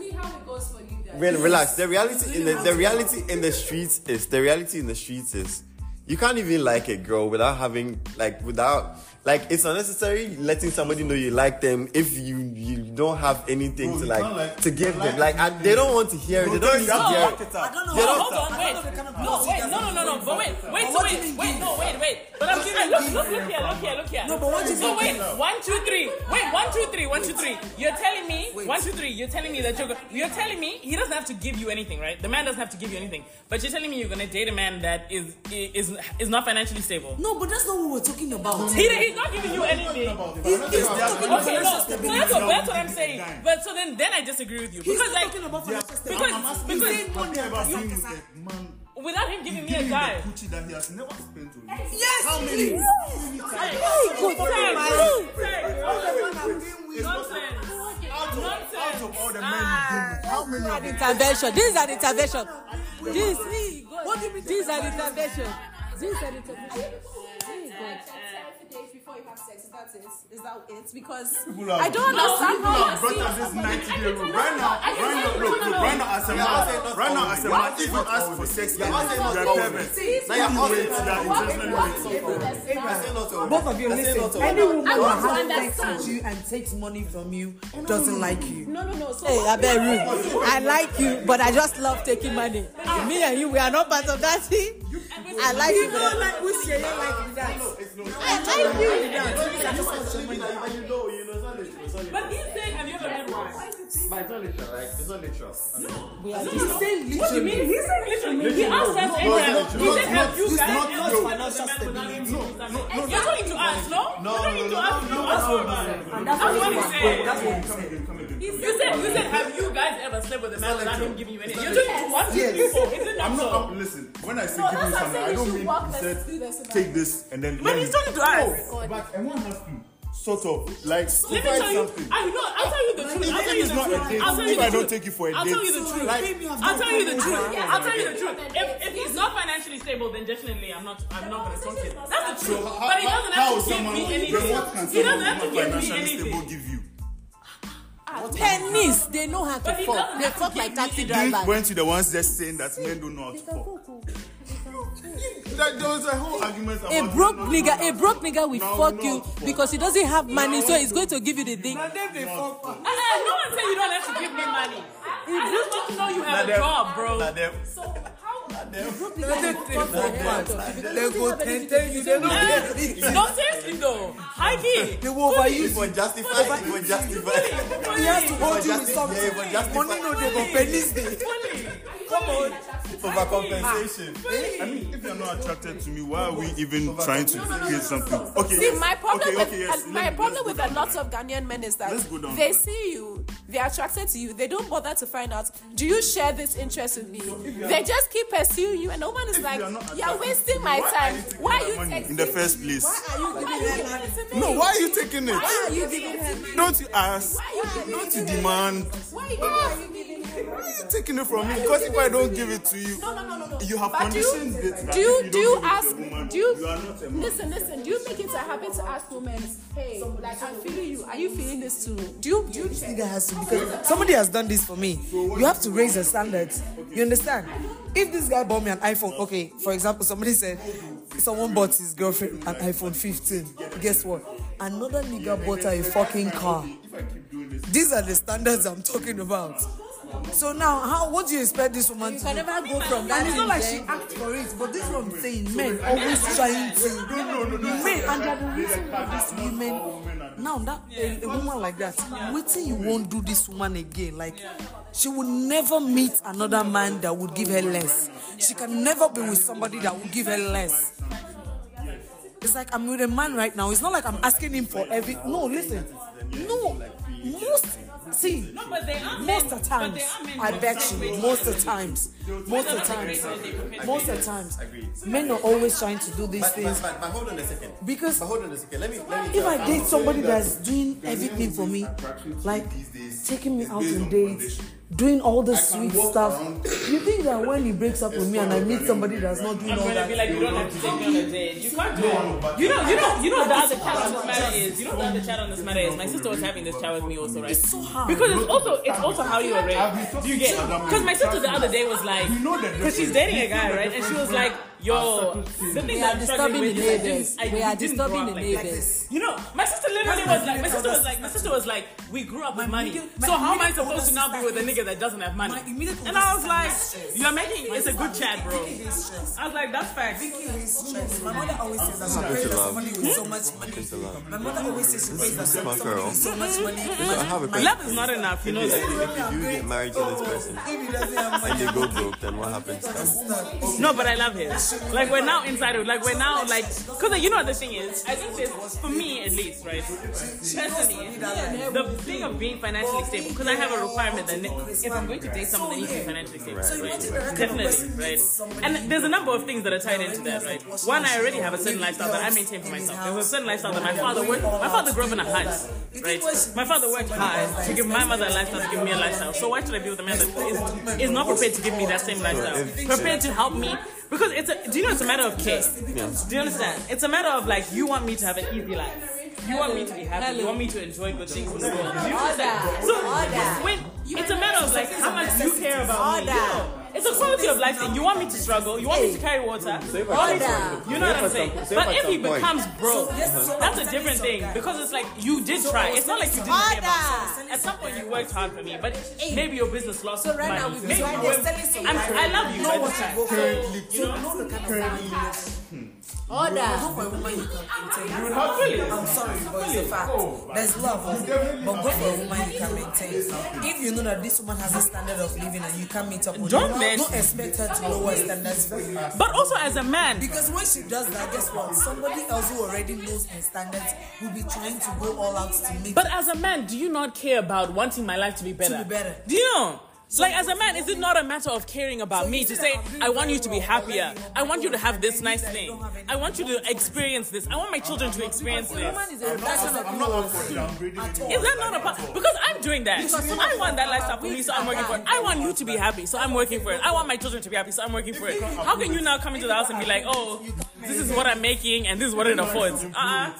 Speaker 6: Well, relax. The reality in the, the reality in the streets is the reality in the streets is You can't even like a girl without having like without like it's unnecessary letting somebody know you like them if you you don't have anything
Speaker 3: Bro,
Speaker 6: to
Speaker 3: you
Speaker 6: like,
Speaker 3: can't, like,
Speaker 6: to give
Speaker 3: like
Speaker 6: them. Like I, they don't want to hear it. They don't need to hear it.
Speaker 4: I don't know.
Speaker 6: Get
Speaker 4: how-
Speaker 6: off
Speaker 2: Hold on,
Speaker 4: I
Speaker 2: wait.
Speaker 4: don't know the kind of
Speaker 2: No,
Speaker 4: girls
Speaker 2: wait,
Speaker 4: you guys
Speaker 2: no, no,
Speaker 4: are
Speaker 2: no, no. But
Speaker 4: going
Speaker 2: wait,
Speaker 4: for.
Speaker 2: wait,
Speaker 4: But what do
Speaker 2: wait,
Speaker 4: you mean
Speaker 2: wait,
Speaker 4: give?
Speaker 2: no, wait, wait. But I'm giving. Look, look, look here, look here, look here.
Speaker 4: No, but what do you
Speaker 2: So
Speaker 4: mean
Speaker 2: wait,
Speaker 4: give?
Speaker 2: one, two, three. Wait, one, two, three, one, two, three. You're telling me, one, two, three. You're telling me that you're. Go- you're telling me he doesn't have to give you anything, right? The man doesn't have to give you anything. But you're telling me you're gonna date a man that is is is not financially stable.
Speaker 4: No, but that's not what we're talking about.
Speaker 2: He, he's not giving you anything.
Speaker 4: He's- he's talking about
Speaker 2: Okay, no.
Speaker 4: financial
Speaker 2: So
Speaker 4: stability.
Speaker 2: that's what, that's what I'm saying. But so then then I disagree with you
Speaker 4: He's
Speaker 2: because
Speaker 4: not
Speaker 2: like
Speaker 4: talking about financial stability.
Speaker 2: because-
Speaker 3: I'm asking
Speaker 2: because-
Speaker 3: you, have you ever
Speaker 4: you-
Speaker 3: seen with a man
Speaker 2: without him giving me a
Speaker 3: you
Speaker 2: dime.
Speaker 3: the coochie that he has never spent on you?
Speaker 4: Yes,
Speaker 3: How many?
Speaker 4: please.
Speaker 2: Nonsense. Nonsense.
Speaker 3: Out of,
Speaker 2: Nonsense.
Speaker 3: out of all the men
Speaker 2: Ah.
Speaker 3: you've been with, how many of them?
Speaker 1: Intervention. This is an intervention. This.
Speaker 4: What do you mean?
Speaker 1: This is an intervention. This is an intervention.
Speaker 5: Before you have sex, is that it? Is that it? Because
Speaker 3: People are-
Speaker 5: I don't understand
Speaker 3: People
Speaker 5: how
Speaker 3: have
Speaker 5: you're
Speaker 3: brought
Speaker 5: seeing
Speaker 3: us this
Speaker 5: somebody.
Speaker 3: 90 day rule. Right now,
Speaker 5: I can
Speaker 3: right
Speaker 5: tell
Speaker 3: now,
Speaker 5: you,
Speaker 3: look,
Speaker 5: no,
Speaker 3: look,
Speaker 5: no,
Speaker 3: right now, as a man, right now, as a man, if you ask for sex, you're a parent. Now you wait, you're intentionally waiting.
Speaker 4: Both of you listen. Anyone who has sex with you and takes money from you doesn't like you.
Speaker 5: No, no, no. So
Speaker 1: Hey,
Speaker 5: what-
Speaker 1: I bet you. I like you, but I just love taking money. Me and you, we are not part of that thing. I like you. but-
Speaker 4: like which year you like that.
Speaker 1: I like you.
Speaker 2: But he's saying, have you ever met one?
Speaker 4: He's saying
Speaker 2: What do you mean? He said literally. He asked us Abraham. He said, have you guys ever met a man without him giving you something? You're talking to us, no? You're talking to us, you asked for man. That's what he said. You said, you said, have you guys ever slept with a man without him giving you anything? You're talking to one two people. Is it not
Speaker 3: I'm not,
Speaker 2: so?
Speaker 3: I'm, listen, when I say
Speaker 5: No,
Speaker 3: give
Speaker 5: that's
Speaker 3: you
Speaker 5: what I'm
Speaker 3: something, I
Speaker 5: saying. You
Speaker 3: don't
Speaker 5: should
Speaker 3: mean
Speaker 5: work.
Speaker 3: he
Speaker 5: Let's do
Speaker 3: said,
Speaker 5: this and
Speaker 3: take this and then.
Speaker 2: But
Speaker 3: let
Speaker 2: he's
Speaker 3: me-
Speaker 2: talking to us.
Speaker 3: No, but everyone has to sort of like
Speaker 2: Let
Speaker 3: provide
Speaker 2: me tell you.
Speaker 3: something.
Speaker 2: I know. I'll tell you the truth. I'll tell
Speaker 3: Even
Speaker 2: you the
Speaker 3: if it's not
Speaker 2: truth.
Speaker 3: a date,
Speaker 2: I'll tell you
Speaker 3: if
Speaker 2: the
Speaker 3: I don't
Speaker 2: truth.
Speaker 3: take you for a
Speaker 2: I'll tell you
Speaker 3: date,
Speaker 2: the truth.
Speaker 3: like,
Speaker 2: I'll tell you the truth.
Speaker 5: Yes,
Speaker 2: I'll tell you the
Speaker 5: yes,
Speaker 2: truth.
Speaker 5: yes,
Speaker 2: If, if
Speaker 5: yes.
Speaker 2: he's not financially stable, then definitely I'm not. I'm not gonna talk to him.
Speaker 5: conversation is
Speaker 2: That's the
Speaker 3: so
Speaker 2: truth.
Speaker 3: how,
Speaker 2: But he
Speaker 3: how-
Speaker 2: doesn't
Speaker 3: how
Speaker 2: have to give
Speaker 3: someone
Speaker 2: me
Speaker 3: who-
Speaker 2: anything.
Speaker 3: then what can
Speaker 2: He doesn't
Speaker 3: someone
Speaker 2: have to
Speaker 3: who's
Speaker 2: give
Speaker 3: not
Speaker 2: me
Speaker 3: financially stable
Speaker 2: anything.
Speaker 3: give you?
Speaker 1: Pennies. They know how
Speaker 2: But
Speaker 1: to
Speaker 2: he
Speaker 1: fuck.
Speaker 2: doesn't
Speaker 1: They
Speaker 2: have to
Speaker 1: fuck
Speaker 2: give
Speaker 1: like
Speaker 2: me
Speaker 1: taxi
Speaker 2: anything.
Speaker 1: drivers.
Speaker 3: Went to the ones that saying that men do not fuck. That, there was a whole argument about
Speaker 1: A broke
Speaker 3: no, no,
Speaker 1: nigga,
Speaker 3: no,
Speaker 1: a broke nigga will
Speaker 3: No,
Speaker 1: fuck
Speaker 3: no,
Speaker 1: you
Speaker 3: fuck.
Speaker 1: because he doesn't have money, so he's going to give you the thing.
Speaker 2: Ah, ah, No one said you don't have to give me money. I just want to know you have a
Speaker 3: them-
Speaker 2: job, bro.
Speaker 3: Like them.
Speaker 4: They go ten ten you. They
Speaker 2: Ah,
Speaker 4: know.
Speaker 2: No, seriously though. Heidi.
Speaker 4: They will overuse.
Speaker 6: For justify, for justify.
Speaker 4: He has to hold you with
Speaker 6: Justify- yeah,
Speaker 4: something.
Speaker 6: but justify-
Speaker 4: Money no they go pennies day.
Speaker 2: Come on.
Speaker 6: For compensation.
Speaker 2: Ah.
Speaker 3: I mean, if you're not attracted to me, why are we even trying to
Speaker 5: No, no, no,
Speaker 3: create
Speaker 5: no,
Speaker 3: something?
Speaker 5: no.
Speaker 3: Okay.
Speaker 5: See,
Speaker 3: yes.
Speaker 5: my problem
Speaker 3: okay,
Speaker 5: with
Speaker 3: okay, yes.
Speaker 5: uh, my
Speaker 3: Let me-
Speaker 5: problem
Speaker 3: let's
Speaker 5: with
Speaker 3: go
Speaker 5: a
Speaker 3: down
Speaker 5: lot
Speaker 3: the line.
Speaker 5: of Ghanaian men is that
Speaker 3: Let's go down
Speaker 5: they
Speaker 3: the line.
Speaker 5: see you, they're attracted to you, they don't bother to find out, do you share this interest with me? They just keep pursuing you, and the woman is
Speaker 3: If
Speaker 5: like,
Speaker 3: you are not
Speaker 5: you're
Speaker 3: attracted
Speaker 5: wasting
Speaker 3: to
Speaker 5: my
Speaker 3: me, why
Speaker 5: time.
Speaker 3: are you taking
Speaker 5: Why
Speaker 3: my
Speaker 5: are you
Speaker 3: money
Speaker 5: texting
Speaker 3: in the
Speaker 5: me?
Speaker 3: first place?
Speaker 5: Why are you giving it to me?
Speaker 3: No, why are you taking it?
Speaker 5: Why are you giving it to me?
Speaker 3: Don't you ask?
Speaker 5: Why are you
Speaker 3: Don't
Speaker 5: giving
Speaker 3: you
Speaker 5: it to me?
Speaker 3: demand?
Speaker 5: Why are you giving it to me?
Speaker 3: Why are you taking it from me? Because if I don't give it to you,
Speaker 5: No, no, no, no, no.
Speaker 3: you have
Speaker 5: But do you-
Speaker 3: conditioned it. that
Speaker 5: Do you
Speaker 3: if
Speaker 5: do
Speaker 3: you
Speaker 5: you
Speaker 3: don't give it to
Speaker 5: ask
Speaker 3: a woman,
Speaker 5: do you,
Speaker 3: you are not a man.
Speaker 5: listen listen do you make it a habit to ask women hey like I'm feeling you are you feeling this too do you do you check
Speaker 4: Nigga has to because somebody has done this for me. You have to raise the standards. You understand? If this guy bought me an iPhone, okay, for example, somebody said someone bought his girlfriend an iPhone 15. Guess what? Another nigga bought her a fucking car. These are the standards I'm talking about. So now, how? What do you expect this woman to? do?
Speaker 1: never go from
Speaker 4: And it's not like she asked for it, but this is what I'm saying. Men always trying to. Men, and they're the reason why these women. Now, that a, a woman like that, waiting you won't do this woman again. Like, she will never meet another man that would give her less. She can never be with somebody that will give her less. It's like I'm with a man right now. It's not like I'm asking him for every. No, listen. No, most. See,
Speaker 2: No, but they are
Speaker 4: most of
Speaker 2: men. But
Speaker 4: the times,
Speaker 2: they are men.
Speaker 4: I bet you, most of the times, most of the times, most of the times, men are always trying to do these
Speaker 6: But, but,
Speaker 4: things.
Speaker 6: but, but hold on a second.
Speaker 4: Because-
Speaker 6: but hold on a second. Let me let me.
Speaker 4: If I date somebody that's doing
Speaker 3: Ghanaian
Speaker 4: everything for me,
Speaker 3: women's attraction to
Speaker 4: like
Speaker 3: these days
Speaker 4: taking me
Speaker 3: is
Speaker 4: out
Speaker 3: based
Speaker 4: on
Speaker 3: on
Speaker 4: dates,
Speaker 3: condition.
Speaker 4: doing all the
Speaker 3: I can
Speaker 4: sweet
Speaker 3: walk
Speaker 4: stuff,
Speaker 3: around-
Speaker 4: you think that when he breaks up with me and I meet somebody that's not doing
Speaker 2: I'm
Speaker 4: all
Speaker 2: gonna be
Speaker 4: that,
Speaker 2: like, you don't have to take me on a date. You can't do it. You know, you know, you know the other chat on this matter is. You know the other chat on this matter is. My sister was having this chat with me also, right?
Speaker 4: it's so hard.
Speaker 2: Because it's also it's also how you are raised. Do you get? Because my sister the other day was like,
Speaker 3: We know the
Speaker 2: because she's
Speaker 3: difference.
Speaker 2: dating
Speaker 3: We
Speaker 2: a guy,
Speaker 3: know the
Speaker 2: right? And she
Speaker 3: difference
Speaker 2: was like,
Speaker 3: when
Speaker 2: yo,
Speaker 3: our circles
Speaker 2: the
Speaker 3: change.
Speaker 2: thing
Speaker 1: We
Speaker 2: that
Speaker 1: are
Speaker 2: I'm
Speaker 1: disturbing
Speaker 2: struggling with
Speaker 1: the
Speaker 2: is I didn't-
Speaker 1: neighbors.
Speaker 2: I
Speaker 1: We are
Speaker 2: didn't grow
Speaker 1: disturbing the
Speaker 2: up like that.
Speaker 1: neighbors.
Speaker 2: You know, my sister literally was like, my sister was like, my sister was like, we grew up with money.
Speaker 4: middle- my
Speaker 2: So how am I
Speaker 4: immediate
Speaker 2: supposed to now
Speaker 4: older
Speaker 2: be with a
Speaker 4: sister
Speaker 2: nigga that doesn't have money?
Speaker 4: My immediate
Speaker 2: And I was
Speaker 4: older sister
Speaker 2: like,
Speaker 4: is
Speaker 2: you're making, it's a good chat, bro.
Speaker 4: Vicky is stressed.
Speaker 2: I was like, that's facts.
Speaker 4: Vicky is stressed. My mother always says that she prays that somebody with so much money. My mother always says she prays that
Speaker 6: my
Speaker 4: somebody
Speaker 6: girl.
Speaker 4: with so much money.
Speaker 6: I have a question.
Speaker 2: Love is not enough, you know that.
Speaker 6: If you get married to this person
Speaker 4: Oh, If he doesn't have
Speaker 6: and
Speaker 4: money,
Speaker 6: they go broke, then what happens?
Speaker 2: No, but I love him. Like we're now inside of like we're now like because you know what the thing is. I think this for me at least, right? Personally, the thing of being financially stable because I have a requirement that if I'm going to date someone, they need to be financially stable. Right? Definitely, right? And there's a number of things that are tied into that, right? One, I already have a certain lifestyle that I maintain for myself. There's a certain lifestyle that my father worked. My father grew up in a hut, right? My father worked hard to give my mother a lifestyle to give me a lifestyle. So why should I be with a man that is, is not prepared to give me that same lifestyle? Prepared to help me because it's a, do you know it's a matter of care. Do you understand? It's a matter of like you want me to have an easy life. You want me to be happy. You want me to enjoy good things in the world. Do you understand? So when it's a matter of like how much you care about me. you know. It's a quality of life thing. You want me to struggle. You want me to carry water. You want me to, you know what I'm saying? But if he becomes broke, that's a different thing because it's like you did try. It's not like you didn't care about.
Speaker 1: Order.
Speaker 2: me. At some point, you worked hard for me, but maybe your business lost money.
Speaker 1: right now we've
Speaker 2: Maybe
Speaker 1: tried
Speaker 2: you
Speaker 1: to
Speaker 2: went-
Speaker 1: sell it to
Speaker 2: I'm- I love you.
Speaker 4: know
Speaker 2: but-
Speaker 4: what you go for. You know the kind of
Speaker 1: Order.
Speaker 4: Go for a woman you can maintain.
Speaker 2: Hopefully.
Speaker 4: I'm sorry, but it's a fact. There's love, but go for a woman you can maintain. If you know that this woman has a standard of living and you can't meet up with
Speaker 2: Don't
Speaker 4: it,
Speaker 2: men-
Speaker 4: don't expect her to lower standards for you.
Speaker 2: But also as a man,
Speaker 4: Because when she does that, guess what? Somebody else who already knows her standards will be trying to go all out to meet.
Speaker 2: But as a man, do you not care about wanting my life to be better?
Speaker 4: be better.
Speaker 2: Do you know? Like as a man, is it not a matter of caring about
Speaker 4: So
Speaker 2: me
Speaker 4: you
Speaker 2: to
Speaker 4: see
Speaker 2: say
Speaker 4: that I'm doing
Speaker 2: I want you
Speaker 4: very
Speaker 2: to be
Speaker 4: well,
Speaker 2: happier,
Speaker 4: already,
Speaker 2: I want you to have this
Speaker 4: that
Speaker 2: nice
Speaker 4: you don't
Speaker 2: thing,
Speaker 4: have any
Speaker 2: I want you to experience this, I want my children to experience this?
Speaker 1: Woman is a reflection of
Speaker 3: I'm
Speaker 1: you.
Speaker 3: not up for downgrading
Speaker 2: Is that not a part? Because I'm doing that.
Speaker 1: Because so much
Speaker 2: I want that
Speaker 1: of
Speaker 2: lifestyle
Speaker 1: our
Speaker 2: for me,
Speaker 1: weeks
Speaker 2: so I'm
Speaker 1: are
Speaker 2: working for it.
Speaker 1: bad.
Speaker 2: I want you to be happy, so I'm working for it. I want my children to be happy, so I'm working for it. How can you now come into the house and be like, oh, this is what I'm making and this is what it affords? Uh-uh.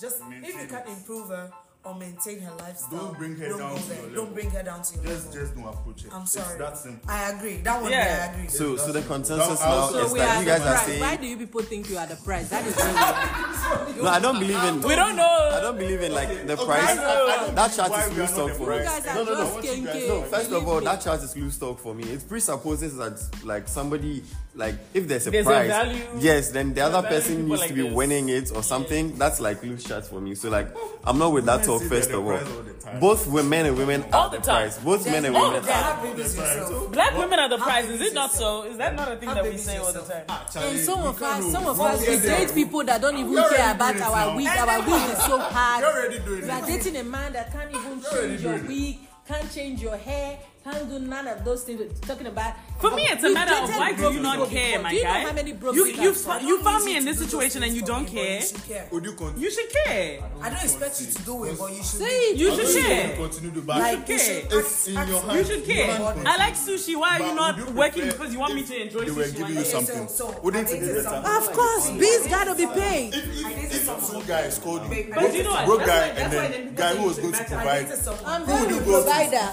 Speaker 4: Just if you can improve her or maintain her lifestyle,
Speaker 3: Don't bring her
Speaker 4: don't
Speaker 3: down
Speaker 4: go
Speaker 3: to
Speaker 4: there.
Speaker 3: your level.
Speaker 4: Don't bring her down to your level.
Speaker 3: Just, just don't approach it.
Speaker 4: I'm
Speaker 3: It's
Speaker 4: sorry.
Speaker 3: that simple.
Speaker 4: I agree. That one,
Speaker 2: Yeah.
Speaker 4: I agree.
Speaker 6: So, so the consensus
Speaker 3: I'll-
Speaker 6: now
Speaker 3: I'll-
Speaker 6: is
Speaker 1: We
Speaker 6: that
Speaker 1: are
Speaker 6: you
Speaker 1: the
Speaker 6: guys are
Speaker 1: prize. Why
Speaker 6: saying,
Speaker 1: do you people think you are the prize? That is really
Speaker 6: no, I don't believe in.
Speaker 2: We don't
Speaker 6: I
Speaker 2: know.
Speaker 6: don't believe in like the
Speaker 3: Okay,
Speaker 6: price.
Speaker 3: I- I don't
Speaker 6: That
Speaker 3: believe
Speaker 6: chart
Speaker 3: why
Speaker 6: is
Speaker 3: we are
Speaker 6: loose
Speaker 3: not
Speaker 6: talk
Speaker 3: the
Speaker 6: for
Speaker 3: prize.
Speaker 6: me.
Speaker 1: You guys are
Speaker 6: No, no, no.
Speaker 1: just
Speaker 3: what you guys-
Speaker 1: kinky.
Speaker 6: No, first of all, that chart is loose talk for me. It presupposes that like somebody like if there's a
Speaker 2: There's a
Speaker 6: prize,
Speaker 2: value-
Speaker 6: yes, then the other
Speaker 2: value
Speaker 6: person
Speaker 2: people
Speaker 6: needs
Speaker 2: like
Speaker 6: to be
Speaker 2: this.
Speaker 6: winning it or something. That's like loose charts for me. So like, I'm not with that
Speaker 3: Women
Speaker 6: talk.
Speaker 3: say
Speaker 6: First
Speaker 3: they're
Speaker 6: of
Speaker 3: the
Speaker 6: all,
Speaker 3: prize all the time.
Speaker 6: both women and women
Speaker 2: All
Speaker 6: are
Speaker 2: the
Speaker 6: the
Speaker 2: time.
Speaker 6: prize. Both men and
Speaker 2: All
Speaker 6: women
Speaker 2: the
Speaker 6: are.
Speaker 4: Have babies yourself.
Speaker 2: Black women are the prize. Is
Speaker 4: babies
Speaker 2: it not so? Is that not a thing that we
Speaker 4: babies
Speaker 2: say all the
Speaker 4: yourself.
Speaker 2: time?
Speaker 1: And some
Speaker 3: you
Speaker 1: of
Speaker 3: can't
Speaker 1: us,
Speaker 3: know.
Speaker 1: some of
Speaker 3: One
Speaker 1: us,
Speaker 3: year
Speaker 1: we
Speaker 3: there.
Speaker 1: date people that don't even
Speaker 3: You're already
Speaker 1: care about
Speaker 3: doing it
Speaker 1: our
Speaker 3: now.
Speaker 1: week. Our week is so hard.
Speaker 3: You're already doing
Speaker 1: You are
Speaker 3: it.
Speaker 1: dating a man that can't even change your
Speaker 3: doing it.
Speaker 1: wig, can't change your hair, can't do none of those things. We're talking about.
Speaker 2: For me, it's a
Speaker 1: We've
Speaker 2: matter of
Speaker 1: dated
Speaker 2: why do
Speaker 1: broke
Speaker 2: you not
Speaker 1: people
Speaker 2: care,
Speaker 1: before.
Speaker 2: my
Speaker 1: Do you
Speaker 2: guy?
Speaker 1: know how many broke
Speaker 2: you
Speaker 1: people
Speaker 2: you,
Speaker 1: I've
Speaker 2: fo-
Speaker 1: fucked?
Speaker 2: you found
Speaker 4: easy
Speaker 2: me in
Speaker 4: to
Speaker 2: this
Speaker 4: do those
Speaker 2: situation and
Speaker 4: things
Speaker 2: you
Speaker 4: for
Speaker 2: don't
Speaker 4: me, but you
Speaker 2: care.
Speaker 4: should care.
Speaker 3: Would you continue?
Speaker 2: You should care.
Speaker 4: I don't expect you to do it, but you should.
Speaker 1: Say it.
Speaker 2: You
Speaker 3: I
Speaker 2: should
Speaker 3: don't think
Speaker 2: care.
Speaker 3: you Continue to buy.
Speaker 2: You should care.
Speaker 3: It's in your hand.
Speaker 2: You should care.
Speaker 3: can't
Speaker 2: I like sushi. Why are
Speaker 3: But
Speaker 2: you
Speaker 3: would
Speaker 2: not
Speaker 3: you
Speaker 2: working
Speaker 3: prefer
Speaker 2: because you want me to enjoy
Speaker 3: They were
Speaker 2: sushi? one
Speaker 3: giving you
Speaker 2: day?
Speaker 3: something.
Speaker 4: so- so
Speaker 3: Wouldn't
Speaker 4: I
Speaker 3: it
Speaker 4: think
Speaker 3: be
Speaker 4: it's
Speaker 3: better?
Speaker 1: Of course, bills gotta be paid.
Speaker 3: If, if, if two guys called you, broke,
Speaker 2: you know what?
Speaker 3: broke
Speaker 2: That's
Speaker 3: guy
Speaker 2: why-
Speaker 3: and
Speaker 2: that's why
Speaker 3: then
Speaker 2: they
Speaker 3: guy
Speaker 2: put
Speaker 3: who was
Speaker 2: it
Speaker 3: going to
Speaker 2: back.
Speaker 3: provide,
Speaker 1: I'm
Speaker 3: Who
Speaker 1: going
Speaker 3: would
Speaker 1: to
Speaker 3: you go to?
Speaker 1: provider.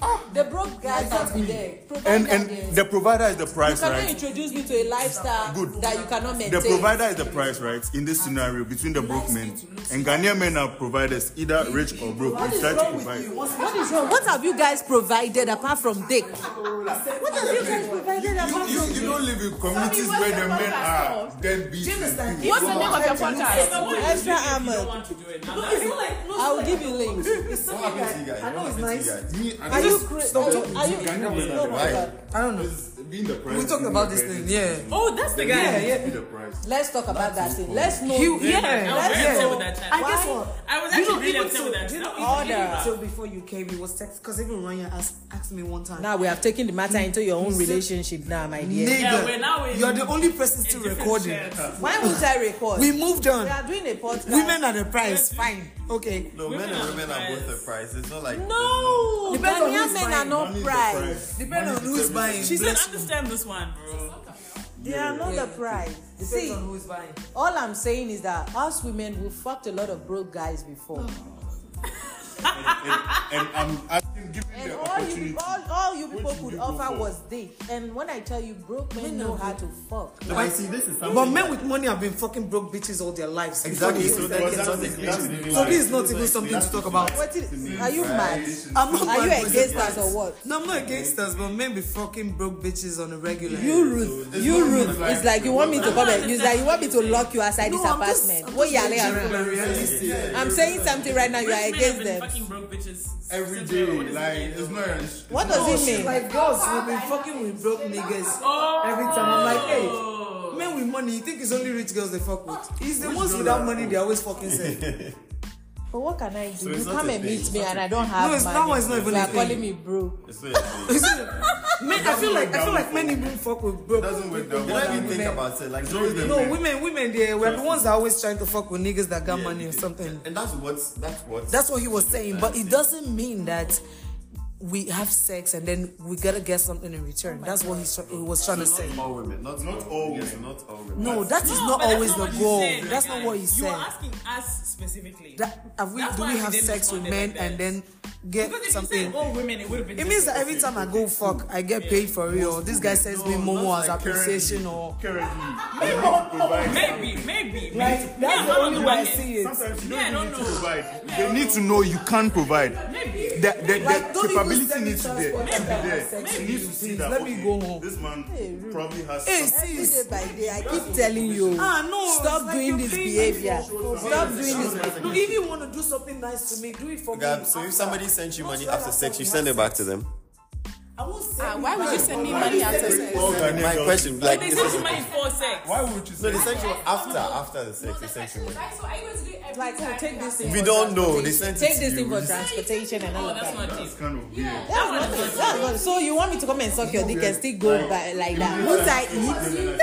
Speaker 1: Ah, The broke guys have been there.
Speaker 3: and
Speaker 1: Provider
Speaker 3: and the provider is the price,
Speaker 1: Can you
Speaker 3: right?
Speaker 1: introduce me to a lifestyle
Speaker 3: Good.
Speaker 1: that you cannot maintain?
Speaker 3: The provider is the price, right? In this scenario, between the broke men and Ghanaian men are providers, either rich or broke. What is wrong with you?
Speaker 1: What is wrong? What have you guys provided apart from dick? What have you guys provided apart
Speaker 3: You,
Speaker 1: from
Speaker 3: you don't live in communities
Speaker 5: what's
Speaker 3: where
Speaker 5: the
Speaker 3: the men are
Speaker 5: podcast
Speaker 3: deadbeat. and
Speaker 5: What's the name of your podcast?
Speaker 1: extra
Speaker 2: You don't
Speaker 1: armor?
Speaker 2: want to do it. Now, that's-
Speaker 1: I'll give you links.
Speaker 6: What happens to you guys? What happens to you guys?
Speaker 3: Me, I
Speaker 1: Are you
Speaker 3: just-
Speaker 1: crazy? Are you? Are you
Speaker 3: Ghanaian men
Speaker 1: oh
Speaker 3: are the
Speaker 1: my
Speaker 3: price.
Speaker 1: God.
Speaker 4: I don't know.
Speaker 3: It's Being the price.
Speaker 4: We talked about this thing, yeah.
Speaker 2: Oh, that's the guy.
Speaker 4: yeah.
Speaker 3: Be the price.
Speaker 1: Let's talk about that thing. Let's know.
Speaker 4: You-
Speaker 1: this.
Speaker 4: yeah,
Speaker 2: I was
Speaker 1: Let's
Speaker 2: very upset
Speaker 1: know.
Speaker 2: with that child.
Speaker 4: And guess what?
Speaker 2: I was
Speaker 4: Do
Speaker 2: actually
Speaker 4: you know,
Speaker 2: really
Speaker 4: even
Speaker 2: upset with
Speaker 4: till-
Speaker 2: that.
Speaker 4: do you know,
Speaker 2: That was
Speaker 4: even
Speaker 1: order.
Speaker 4: till before you came, it was text because even Rania asked asked me one time.
Speaker 1: Now we have taken the matter into your own relationship now, my dear.
Speaker 2: Yeah, we're now in-
Speaker 4: you're the only person still
Speaker 2: different
Speaker 4: recording.
Speaker 2: shares.
Speaker 1: Why would I record?
Speaker 4: We moved on.
Speaker 1: We are doing a podcast.
Speaker 4: Women are the prize. Fine. Okay.
Speaker 6: No, men and women are both the prize. It's not like
Speaker 1: No,
Speaker 4: Depends on
Speaker 1: Ghanaian
Speaker 4: who's
Speaker 1: men are
Speaker 4: buying.
Speaker 1: not
Speaker 3: Money is the
Speaker 1: prize.
Speaker 3: price.
Speaker 4: Depends on who's buying.
Speaker 2: She said, understand this one, bro.
Speaker 1: They are not the prize.
Speaker 4: Depends
Speaker 1: See,
Speaker 4: on who's buying.
Speaker 1: all I'm saying is that us women we
Speaker 4: Oh,
Speaker 1: fucked a lot of broke guys before.
Speaker 3: And I'm asking, giving
Speaker 1: And
Speaker 3: the
Speaker 1: all you,
Speaker 3: opportunity.
Speaker 1: all, all you people
Speaker 3: Which you
Speaker 1: could
Speaker 3: did
Speaker 1: offer
Speaker 3: before.
Speaker 1: was dick. And when I tell you, broke men know how to fuck.
Speaker 6: No, but see, this is something.
Speaker 4: But men with money have been fucking broke bitches all their lives. before
Speaker 6: Exactly.
Speaker 4: they
Speaker 6: So
Speaker 4: even
Speaker 6: that
Speaker 4: started
Speaker 6: was
Speaker 4: getting
Speaker 6: that's
Speaker 4: something.
Speaker 6: exactly.
Speaker 4: So this is not even something to talk about.
Speaker 1: What is, are you mad?
Speaker 4: I'm not
Speaker 1: Are you
Speaker 4: bad
Speaker 1: against
Speaker 4: person.
Speaker 1: us or what?
Speaker 4: No, I'm not against us, but men be fucking broke bitches on a regular.
Speaker 1: You rude, you rude. It's like you want me to come and use that. You want me to lock you outside
Speaker 4: No,
Speaker 1: this
Speaker 4: I'm just-
Speaker 1: apartment.
Speaker 4: I'm
Speaker 1: What
Speaker 4: just
Speaker 1: you are like,
Speaker 4: Nigerian and realistic.
Speaker 1: I'm saying something right now. You are
Speaker 2: Rich men have
Speaker 1: against
Speaker 2: been
Speaker 1: them.
Speaker 2: fucking broke bitches
Speaker 3: Every
Speaker 2: since
Speaker 3: day,
Speaker 2: we were- what is it?
Speaker 3: like it's not. It's,
Speaker 1: What
Speaker 4: No,
Speaker 1: does
Speaker 4: she's
Speaker 1: it mean?
Speaker 4: like, girls, we've been fucking with broke niggas every time. I'm like,
Speaker 2: Oh.
Speaker 4: hey, men with money, you think it's only rich girls they fuck with? It's the ones without money they always fucking say.
Speaker 1: But what can I do?
Speaker 6: it's
Speaker 1: you
Speaker 6: not
Speaker 1: come
Speaker 6: a
Speaker 1: and
Speaker 6: thing.
Speaker 1: meet
Speaker 6: It's
Speaker 1: me
Speaker 6: not
Speaker 1: and
Speaker 6: a
Speaker 1: I don't have
Speaker 4: it's-
Speaker 1: money.
Speaker 4: that one is not even
Speaker 1: you
Speaker 4: a
Speaker 1: are
Speaker 4: thing.
Speaker 1: calling me bro.
Speaker 6: It's not a thing.
Speaker 4: Men, I feel like I feel like men even fuck with broke.
Speaker 3: doesn't work
Speaker 4: people
Speaker 3: that
Speaker 6: They
Speaker 4: more
Speaker 3: way.
Speaker 6: don't
Speaker 4: than
Speaker 6: even think
Speaker 4: women.
Speaker 6: about it. Like
Speaker 3: It's always the
Speaker 4: No,
Speaker 3: men.
Speaker 4: women, women, they we're the ones that are always trying to fuck with niggas that got
Speaker 6: Yeah,
Speaker 4: money or
Speaker 6: because-
Speaker 4: something.
Speaker 6: And that's what's that's what.
Speaker 4: That's what he was saying, but it doesn't mean that we have sex and then we gotta get something in
Speaker 1: Oh
Speaker 4: return. That's what he's, he was trying to say.
Speaker 6: all women. Not
Speaker 3: Not
Speaker 6: all-
Speaker 3: all
Speaker 6: yes,
Speaker 3: women.
Speaker 6: Not all women.
Speaker 4: No,
Speaker 6: But
Speaker 4: that is
Speaker 2: No,
Speaker 4: not
Speaker 2: but that's
Speaker 4: always
Speaker 2: not
Speaker 4: the
Speaker 2: what you
Speaker 4: goal.
Speaker 2: said,
Speaker 4: That's
Speaker 2: like,
Speaker 4: not what he
Speaker 2: You were
Speaker 4: said.
Speaker 2: asking us specifically.
Speaker 4: That, have we,
Speaker 2: That's
Speaker 4: do
Speaker 2: why
Speaker 4: we
Speaker 2: he
Speaker 4: have
Speaker 2: didn't
Speaker 4: sex with
Speaker 2: respond
Speaker 4: men
Speaker 2: like that.
Speaker 4: and then
Speaker 2: Because if
Speaker 4: get
Speaker 2: you "Oh,
Speaker 4: something?
Speaker 2: said all women, it would have been.
Speaker 4: It means that every time I go fuck, I get paid for it, or this guy sends me
Speaker 6: No,
Speaker 4: Momo
Speaker 6: not
Speaker 4: as
Speaker 6: like
Speaker 4: appreciation, or
Speaker 3: currently, women provide
Speaker 2: Maybe, maybe. maybe. Me,
Speaker 4: like
Speaker 2: I'm
Speaker 4: that's the
Speaker 2: not on
Speaker 4: only
Speaker 2: the
Speaker 4: way I
Speaker 2: work end.
Speaker 4: see it.
Speaker 3: Sometimes you
Speaker 2: Me, I
Speaker 3: don't
Speaker 2: don't
Speaker 3: even need
Speaker 2: know.
Speaker 3: to provide. They need to know you can provide.
Speaker 2: Maybe.
Speaker 3: The, the, the
Speaker 4: Like, don't even
Speaker 3: capability
Speaker 4: send me
Speaker 3: needs to be
Speaker 4: transport
Speaker 3: there.
Speaker 4: and have
Speaker 3: There.
Speaker 4: sex
Speaker 3: She
Speaker 4: with
Speaker 3: needs
Speaker 4: you,
Speaker 3: to see
Speaker 4: please.
Speaker 3: that.
Speaker 4: Let
Speaker 3: okay,
Speaker 4: me go home.
Speaker 3: This man probably has.
Speaker 4: Hey,
Speaker 3: some-
Speaker 1: Every
Speaker 4: sis.
Speaker 1: day by day, I keep telling you.
Speaker 4: Ah, no,
Speaker 1: Stop
Speaker 4: it's like
Speaker 1: doing
Speaker 4: you're
Speaker 1: this
Speaker 4: paying me
Speaker 1: behavior.
Speaker 4: for-
Speaker 1: Stop doing this.
Speaker 4: No, if you want to do something nice to me, do it for
Speaker 6: Gab,
Speaker 4: me.
Speaker 6: so if
Speaker 4: after.
Speaker 6: somebody sent you
Speaker 4: Not
Speaker 6: money
Speaker 4: right
Speaker 6: after sex,
Speaker 4: we
Speaker 6: you
Speaker 4: have
Speaker 6: send it back
Speaker 4: sex.
Speaker 6: to them.
Speaker 4: I won't send
Speaker 5: Ah,
Speaker 4: you
Speaker 5: why would
Speaker 4: back.
Speaker 5: you send me
Speaker 4: Why
Speaker 5: money
Speaker 4: you send
Speaker 5: after
Speaker 4: me
Speaker 5: sex?
Speaker 3: All Ghanaian
Speaker 6: My
Speaker 3: girls-
Speaker 6: question, like,
Speaker 2: They
Speaker 6: this
Speaker 2: sent you
Speaker 6: is,
Speaker 2: money for sex.
Speaker 3: Why would you
Speaker 6: no,
Speaker 3: say?
Speaker 6: they sent you after after the sex. They sent you money.
Speaker 5: So are you going to do it every
Speaker 1: Like,
Speaker 5: time?
Speaker 1: oh, take this thing.
Speaker 6: We
Speaker 1: for
Speaker 6: don't know. They
Speaker 1: transportation.
Speaker 6: sent it
Speaker 1: Take
Speaker 6: to
Speaker 1: this
Speaker 6: you.
Speaker 1: thing for
Speaker 6: We just-
Speaker 1: transportation and all
Speaker 2: Oh,
Speaker 1: of
Speaker 2: that's
Speaker 1: that.
Speaker 2: not
Speaker 3: That's
Speaker 2: it.
Speaker 3: kind of weird.
Speaker 1: That's not it. That's not it. So you want me to come and suck your dick and still go by, like that? Would I eat?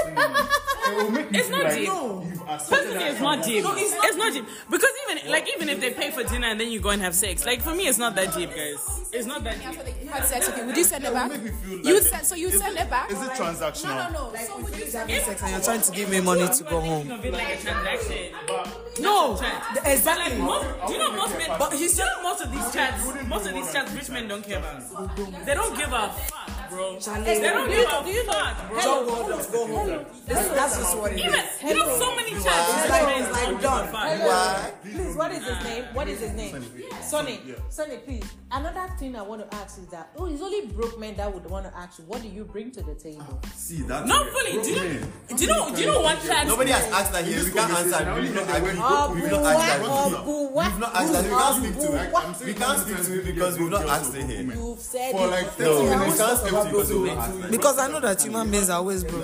Speaker 2: It's not deep. Personally, it's not deep.
Speaker 4: No,
Speaker 2: it's, not,
Speaker 4: it's not
Speaker 2: deep because even like even if they pay for dinner and then you go and have sex, like for me, it's not that deep, guys. It's not that deep.
Speaker 5: After they had sex with you, would you send it back?
Speaker 3: Make me feel like
Speaker 5: You
Speaker 3: it-
Speaker 5: send, so you
Speaker 3: is
Speaker 5: send
Speaker 3: it-
Speaker 5: it back?
Speaker 3: Is it transactional?
Speaker 5: No, no, no. So would you send it
Speaker 4: sex and you're trying to give me money to go home.
Speaker 2: Of it like a transaction.
Speaker 4: No,
Speaker 2: Chat.
Speaker 4: the-
Speaker 2: But like
Speaker 4: exactly.
Speaker 2: most, do you know most men?
Speaker 4: But
Speaker 2: you
Speaker 4: he's-
Speaker 2: know most of these chats, most of these chats, rich men don't care about. They don't give a fuck, bro. They don't give a fuck,
Speaker 4: John
Speaker 2: bro.
Speaker 4: Waters, go home. That's, that's just what it
Speaker 2: Even
Speaker 4: is.
Speaker 2: you know so many chats.
Speaker 4: It's
Speaker 2: rich
Speaker 4: like,
Speaker 2: men
Speaker 4: it's
Speaker 2: don't
Speaker 4: like
Speaker 2: give a
Speaker 4: done.
Speaker 2: fuck.
Speaker 6: Why?
Speaker 1: Please, what is his name? What is his name? Sonny. Sonny, please. Another thing I want to ask is that oh, it's only broke men that would want to ask you, what do you bring to the table?
Speaker 6: See that?
Speaker 2: No, fully. Do you know? Do you know? Do you know one chat?
Speaker 6: Nobody has asked that here. We can't answer.
Speaker 3: conversation, I
Speaker 6: We
Speaker 3: only
Speaker 6: not
Speaker 3: know that
Speaker 1: Oh,
Speaker 6: We
Speaker 1: boo,
Speaker 6: not asked
Speaker 1: oh,
Speaker 6: that.
Speaker 1: boo,
Speaker 6: We've not asked that. We can't speak to
Speaker 1: boo,
Speaker 6: it. We can't speak to it because we've not asked it here.
Speaker 1: You've said
Speaker 3: For
Speaker 1: it.
Speaker 3: like
Speaker 6: No,
Speaker 3: 30
Speaker 6: we
Speaker 3: minutes.
Speaker 6: can't speak to it because we've not asked that.
Speaker 4: Because I know that human beings are always broke.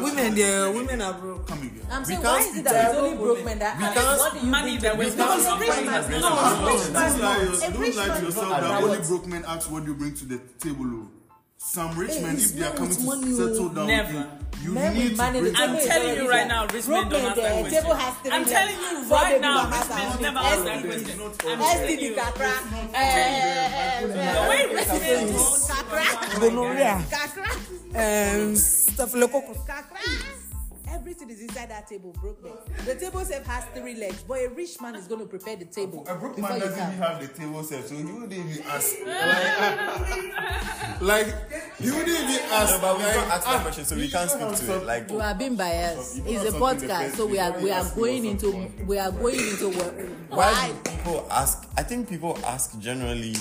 Speaker 4: Women, they women are broke.
Speaker 3: Come again.
Speaker 1: I'm saying,
Speaker 6: can't
Speaker 1: why is
Speaker 6: speak
Speaker 1: it that it's
Speaker 6: to
Speaker 1: only broke men that ask?
Speaker 6: can't
Speaker 1: What do you
Speaker 2: money
Speaker 1: bring
Speaker 2: that
Speaker 1: to
Speaker 2: we're
Speaker 1: the table?
Speaker 2: not
Speaker 1: Because
Speaker 2: bringing
Speaker 1: rich
Speaker 2: is
Speaker 1: man- no,
Speaker 2: not enough.
Speaker 1: rich man
Speaker 3: Don't lie,
Speaker 1: knows.
Speaker 3: don't
Speaker 1: Every
Speaker 3: lie
Speaker 1: man
Speaker 3: to yourself
Speaker 1: knows
Speaker 3: that
Speaker 1: about
Speaker 3: only
Speaker 1: what-
Speaker 3: broke men ask what you bring to the table. oh. Some rich
Speaker 4: Hey,
Speaker 3: men,
Speaker 4: it's
Speaker 3: if they are
Speaker 4: not
Speaker 3: coming
Speaker 4: with
Speaker 3: to
Speaker 4: money, oh.
Speaker 3: settle down
Speaker 2: Never.
Speaker 3: with you, you
Speaker 1: Men
Speaker 3: need
Speaker 1: with
Speaker 3: to
Speaker 1: money,
Speaker 3: bring
Speaker 1: the
Speaker 2: I'm
Speaker 1: table is
Speaker 2: telling you
Speaker 1: already there.
Speaker 2: right now, rich
Speaker 1: Broke
Speaker 2: men don't ask that
Speaker 1: the table
Speaker 2: question.
Speaker 1: has three
Speaker 2: I'm
Speaker 1: legs.
Speaker 2: telling you
Speaker 1: Four
Speaker 2: right
Speaker 1: people
Speaker 2: now,
Speaker 1: has
Speaker 2: rich men
Speaker 1: only
Speaker 2: never
Speaker 1: three
Speaker 2: ask that
Speaker 1: legs.
Speaker 2: question. I'm telling
Speaker 1: STD
Speaker 2: you.
Speaker 1: Kakra.
Speaker 2: The way rich men do
Speaker 1: Kakra.
Speaker 4: Gonorrhea.
Speaker 1: Kakra.
Speaker 4: Um, staphylococcus.
Speaker 1: Kakras. Everything is inside that table, broke man. The table self has three legs, but a rich man is going to prepare the table.
Speaker 3: A broke
Speaker 1: before
Speaker 3: man
Speaker 1: you
Speaker 3: doesn't
Speaker 1: come.
Speaker 3: even have the table set, so he wouldn't even ask. Like, he wouldn't even ask.
Speaker 6: No, but we've not
Speaker 3: like, ah,
Speaker 6: asked that question, so we
Speaker 3: you
Speaker 6: can't
Speaker 3: don't
Speaker 6: speak
Speaker 3: have
Speaker 6: to it.
Speaker 3: some-
Speaker 6: Like,
Speaker 1: You are being biased.
Speaker 3: You
Speaker 1: It's
Speaker 3: know
Speaker 1: a
Speaker 3: something the
Speaker 1: podcast,
Speaker 3: best
Speaker 1: so we are
Speaker 3: way
Speaker 1: we
Speaker 3: to
Speaker 1: are
Speaker 3: ask
Speaker 1: going
Speaker 3: for
Speaker 1: into
Speaker 3: something.
Speaker 1: we are going into what-
Speaker 6: why
Speaker 1: why
Speaker 6: do people ask? I think people ask generally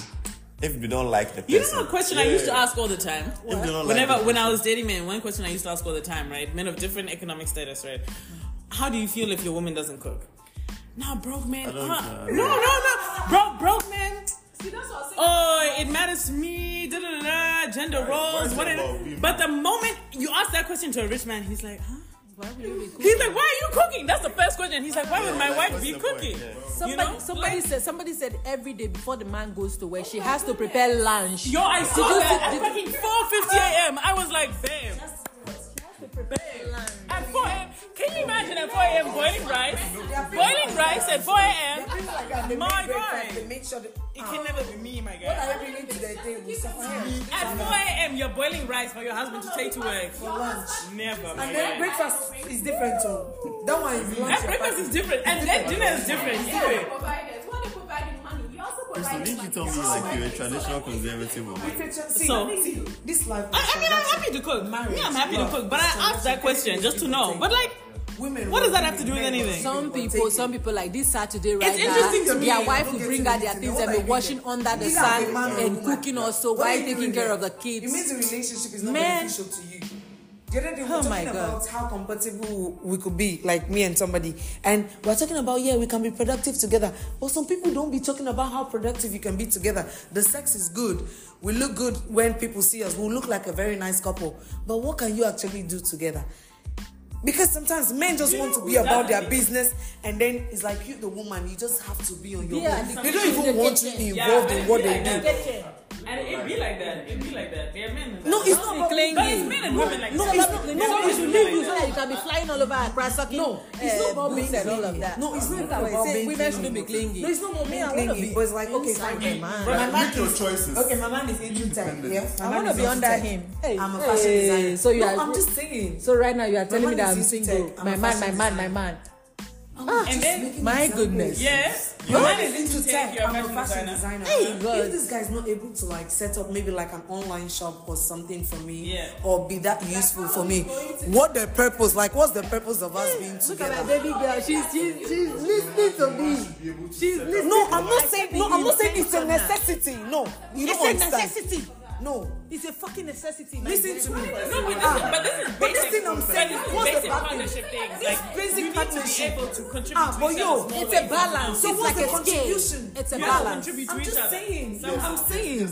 Speaker 6: if they don't like the person.
Speaker 2: You know a question I used to ask all the time.
Speaker 6: If they don't like
Speaker 2: Whenever
Speaker 6: the
Speaker 2: when I was dating men, one question I used to ask all the time, right? Men of different economic status, right? How do you feel if your woman doesn't cook? Nah, broke man.
Speaker 6: don't
Speaker 2: huh?
Speaker 6: care.
Speaker 2: No, no, no, bro, broke man.
Speaker 5: See, that's what I was saying.
Speaker 2: Oh, it matters to me. Da, da, da, da, gender
Speaker 3: why
Speaker 2: roles.
Speaker 3: is it
Speaker 2: What it-
Speaker 3: about women?
Speaker 2: but the moment you ask that question to a rich man, he's like, huh?
Speaker 1: why would you be cool?
Speaker 2: He's like, why are you cooking? That's the first question. He's like, why would my
Speaker 6: like,
Speaker 2: wife
Speaker 6: what's
Speaker 2: be
Speaker 6: the point?
Speaker 2: cooking?
Speaker 6: Yeah.
Speaker 2: You
Speaker 1: Somebody,
Speaker 2: know,
Speaker 1: somebody said somebody said every day before the man goes to work, she has to prepare lunch.
Speaker 2: Yo, I saw
Speaker 1: you
Speaker 2: that
Speaker 1: see-
Speaker 2: at fucking 4:50 a.m. I was like, babe. At 4 a.m. Can you imagine at 4 a.m. boiling rice? Boiling rice at 4 a.m. My God.
Speaker 4: make sure that
Speaker 2: It can never be me, my guy.
Speaker 4: I bring it to their table. "Oh,
Speaker 2: At 4 a.m. you're boiling rice for your husband to take to work. For lunch. Never, my
Speaker 4: Then
Speaker 2: guy.
Speaker 4: breakfast is different too. That one is lunch.
Speaker 2: Eh, And breakfast is different. And then dinner is different.
Speaker 5: Yeah,
Speaker 2: Anyway.
Speaker 5: providers. When they provide the money, you also
Speaker 6: Crystal, didn't you tell me like you're a traditional conservative woman?
Speaker 2: So-
Speaker 4: this life.
Speaker 2: I, I mean, I'm happy to cook. Me, I'm happy to cook. But I asked that question just to know. But like,
Speaker 4: Women
Speaker 2: what does
Speaker 4: want
Speaker 2: that have to do with
Speaker 4: men
Speaker 2: anything?
Speaker 1: Some people, some people like this Saturday right
Speaker 2: interesting
Speaker 1: now,
Speaker 2: to me.
Speaker 1: their wife will
Speaker 4: Don't
Speaker 1: bring
Speaker 4: get
Speaker 1: out their
Speaker 4: to
Speaker 1: things
Speaker 4: me.
Speaker 1: and be
Speaker 4: What
Speaker 1: washing
Speaker 4: are you
Speaker 1: under the
Speaker 4: doing? Either I'm a
Speaker 1: sun
Speaker 4: man or a
Speaker 1: and
Speaker 4: woman.
Speaker 1: cooking also
Speaker 4: What are
Speaker 1: while
Speaker 4: you
Speaker 1: taking
Speaker 4: doing
Speaker 1: care
Speaker 4: there?
Speaker 1: of the
Speaker 4: It means
Speaker 1: kids.
Speaker 4: the relationship is not
Speaker 1: Man.
Speaker 4: beneficial to you. The other day we were
Speaker 1: Oh my
Speaker 4: talking
Speaker 1: God.
Speaker 4: about how compatible we could be, like me and somebody, and we are talking about yeah we can be productive together. But some people don't be talking about how productive you can be together. The sex is good. We look good when people see us. We look like a very nice couple. But what can you actually do together? Because sometimes men just want to be about their business, and then it's like you, the woman, you just have to be on your
Speaker 1: Yeah,
Speaker 4: own.
Speaker 1: and
Speaker 4: They
Speaker 1: the
Speaker 4: don't
Speaker 1: kitchen,
Speaker 4: even
Speaker 1: the
Speaker 4: want you
Speaker 1: kitchen.
Speaker 4: involved in what they do.
Speaker 2: And it be like that. It be like that. They're men.
Speaker 4: No, it's not about
Speaker 1: clingy.
Speaker 2: But it's men and women like
Speaker 4: No,
Speaker 2: that.
Speaker 4: it's not. No,
Speaker 1: you
Speaker 4: it's
Speaker 1: should
Speaker 4: not.
Speaker 1: leave you so that you can be flying all over Accra sucking.
Speaker 4: No, it's not about
Speaker 1: boobs
Speaker 4: being
Speaker 1: and all of
Speaker 4: clingy.
Speaker 1: that.
Speaker 4: No, it's not
Speaker 1: Look at what
Speaker 4: about
Speaker 1: I say,
Speaker 4: being
Speaker 1: Women
Speaker 4: clingy.
Speaker 1: shouldn't be clingy.
Speaker 4: No, it's not more me. I
Speaker 1: wanna
Speaker 4: want to be. But it's like, okay,
Speaker 1: inside
Speaker 4: fine.
Speaker 1: my
Speaker 4: My
Speaker 1: man.
Speaker 4: man
Speaker 3: Make your
Speaker 4: is.
Speaker 3: choices.
Speaker 4: Okay, my man is into tech. Yeah, my
Speaker 1: I
Speaker 4: man
Speaker 1: wanna
Speaker 4: is
Speaker 1: be
Speaker 4: into
Speaker 1: under
Speaker 4: tech.
Speaker 1: him. Hey,
Speaker 4: I'm a fashion
Speaker 1: hey,
Speaker 4: designer.
Speaker 1: so you
Speaker 4: no,
Speaker 1: are-
Speaker 4: I'm just saying.
Speaker 1: So right now you are telling
Speaker 4: My
Speaker 1: me
Speaker 4: man
Speaker 1: that I'm
Speaker 4: is into
Speaker 1: single.
Speaker 4: tech. I'm
Speaker 1: My
Speaker 4: a
Speaker 1: man, my
Speaker 4: fashion
Speaker 1: man, my man.
Speaker 4: Ah,
Speaker 2: And then,
Speaker 1: My goodness.
Speaker 2: yes,
Speaker 4: Your
Speaker 2: your
Speaker 4: man
Speaker 2: man
Speaker 4: is into tech.
Speaker 2: You're a
Speaker 4: I'm a
Speaker 2: fashion
Speaker 4: fashion
Speaker 2: designer.
Speaker 4: designer.
Speaker 1: Hey, God.
Speaker 4: if this guy's not able to like set up maybe like an online shop or something for me,
Speaker 2: Yeah.
Speaker 4: or be that useful for me, what the purpose? Like, what's the purpose of us being
Speaker 1: Look at my
Speaker 4: together?
Speaker 1: baby girl. She's she's she's listening to me. She's listening.
Speaker 4: No,
Speaker 1: to
Speaker 4: I'm
Speaker 1: me.
Speaker 4: not
Speaker 1: I
Speaker 4: saying.
Speaker 1: can't
Speaker 4: No, I'm not
Speaker 1: believe
Speaker 4: saying it's a
Speaker 1: Benson now.
Speaker 4: necessity. No, you
Speaker 1: It's
Speaker 4: don't
Speaker 1: a
Speaker 4: understand.
Speaker 1: necessity.
Speaker 4: No,
Speaker 1: It's a fucking necessity. my
Speaker 4: listen
Speaker 1: dear.
Speaker 4: to me.
Speaker 2: No, but this,
Speaker 4: Ah.
Speaker 2: is, but this is basic.
Speaker 4: But this thing I'm
Speaker 2: but
Speaker 4: saying,
Speaker 2: this is
Speaker 4: what's the
Speaker 2: basic
Speaker 4: bad thing?
Speaker 2: partnership thing.
Speaker 4: It's
Speaker 2: Like
Speaker 4: basic
Speaker 2: you need
Speaker 4: partnership.
Speaker 2: to be able to contribute
Speaker 4: Ah,
Speaker 2: to
Speaker 4: but
Speaker 2: each
Speaker 4: yo,
Speaker 2: other's
Speaker 1: It's
Speaker 2: ways.
Speaker 1: a balance.
Speaker 4: So
Speaker 1: it's like
Speaker 4: what's the
Speaker 1: a scale.
Speaker 4: contribution?
Speaker 1: It's a
Speaker 2: You have to
Speaker 1: balance.
Speaker 2: contribute to
Speaker 4: I'm
Speaker 2: each
Speaker 4: just
Speaker 2: other.
Speaker 4: saying. I'm
Speaker 2: Somehow.
Speaker 4: saying.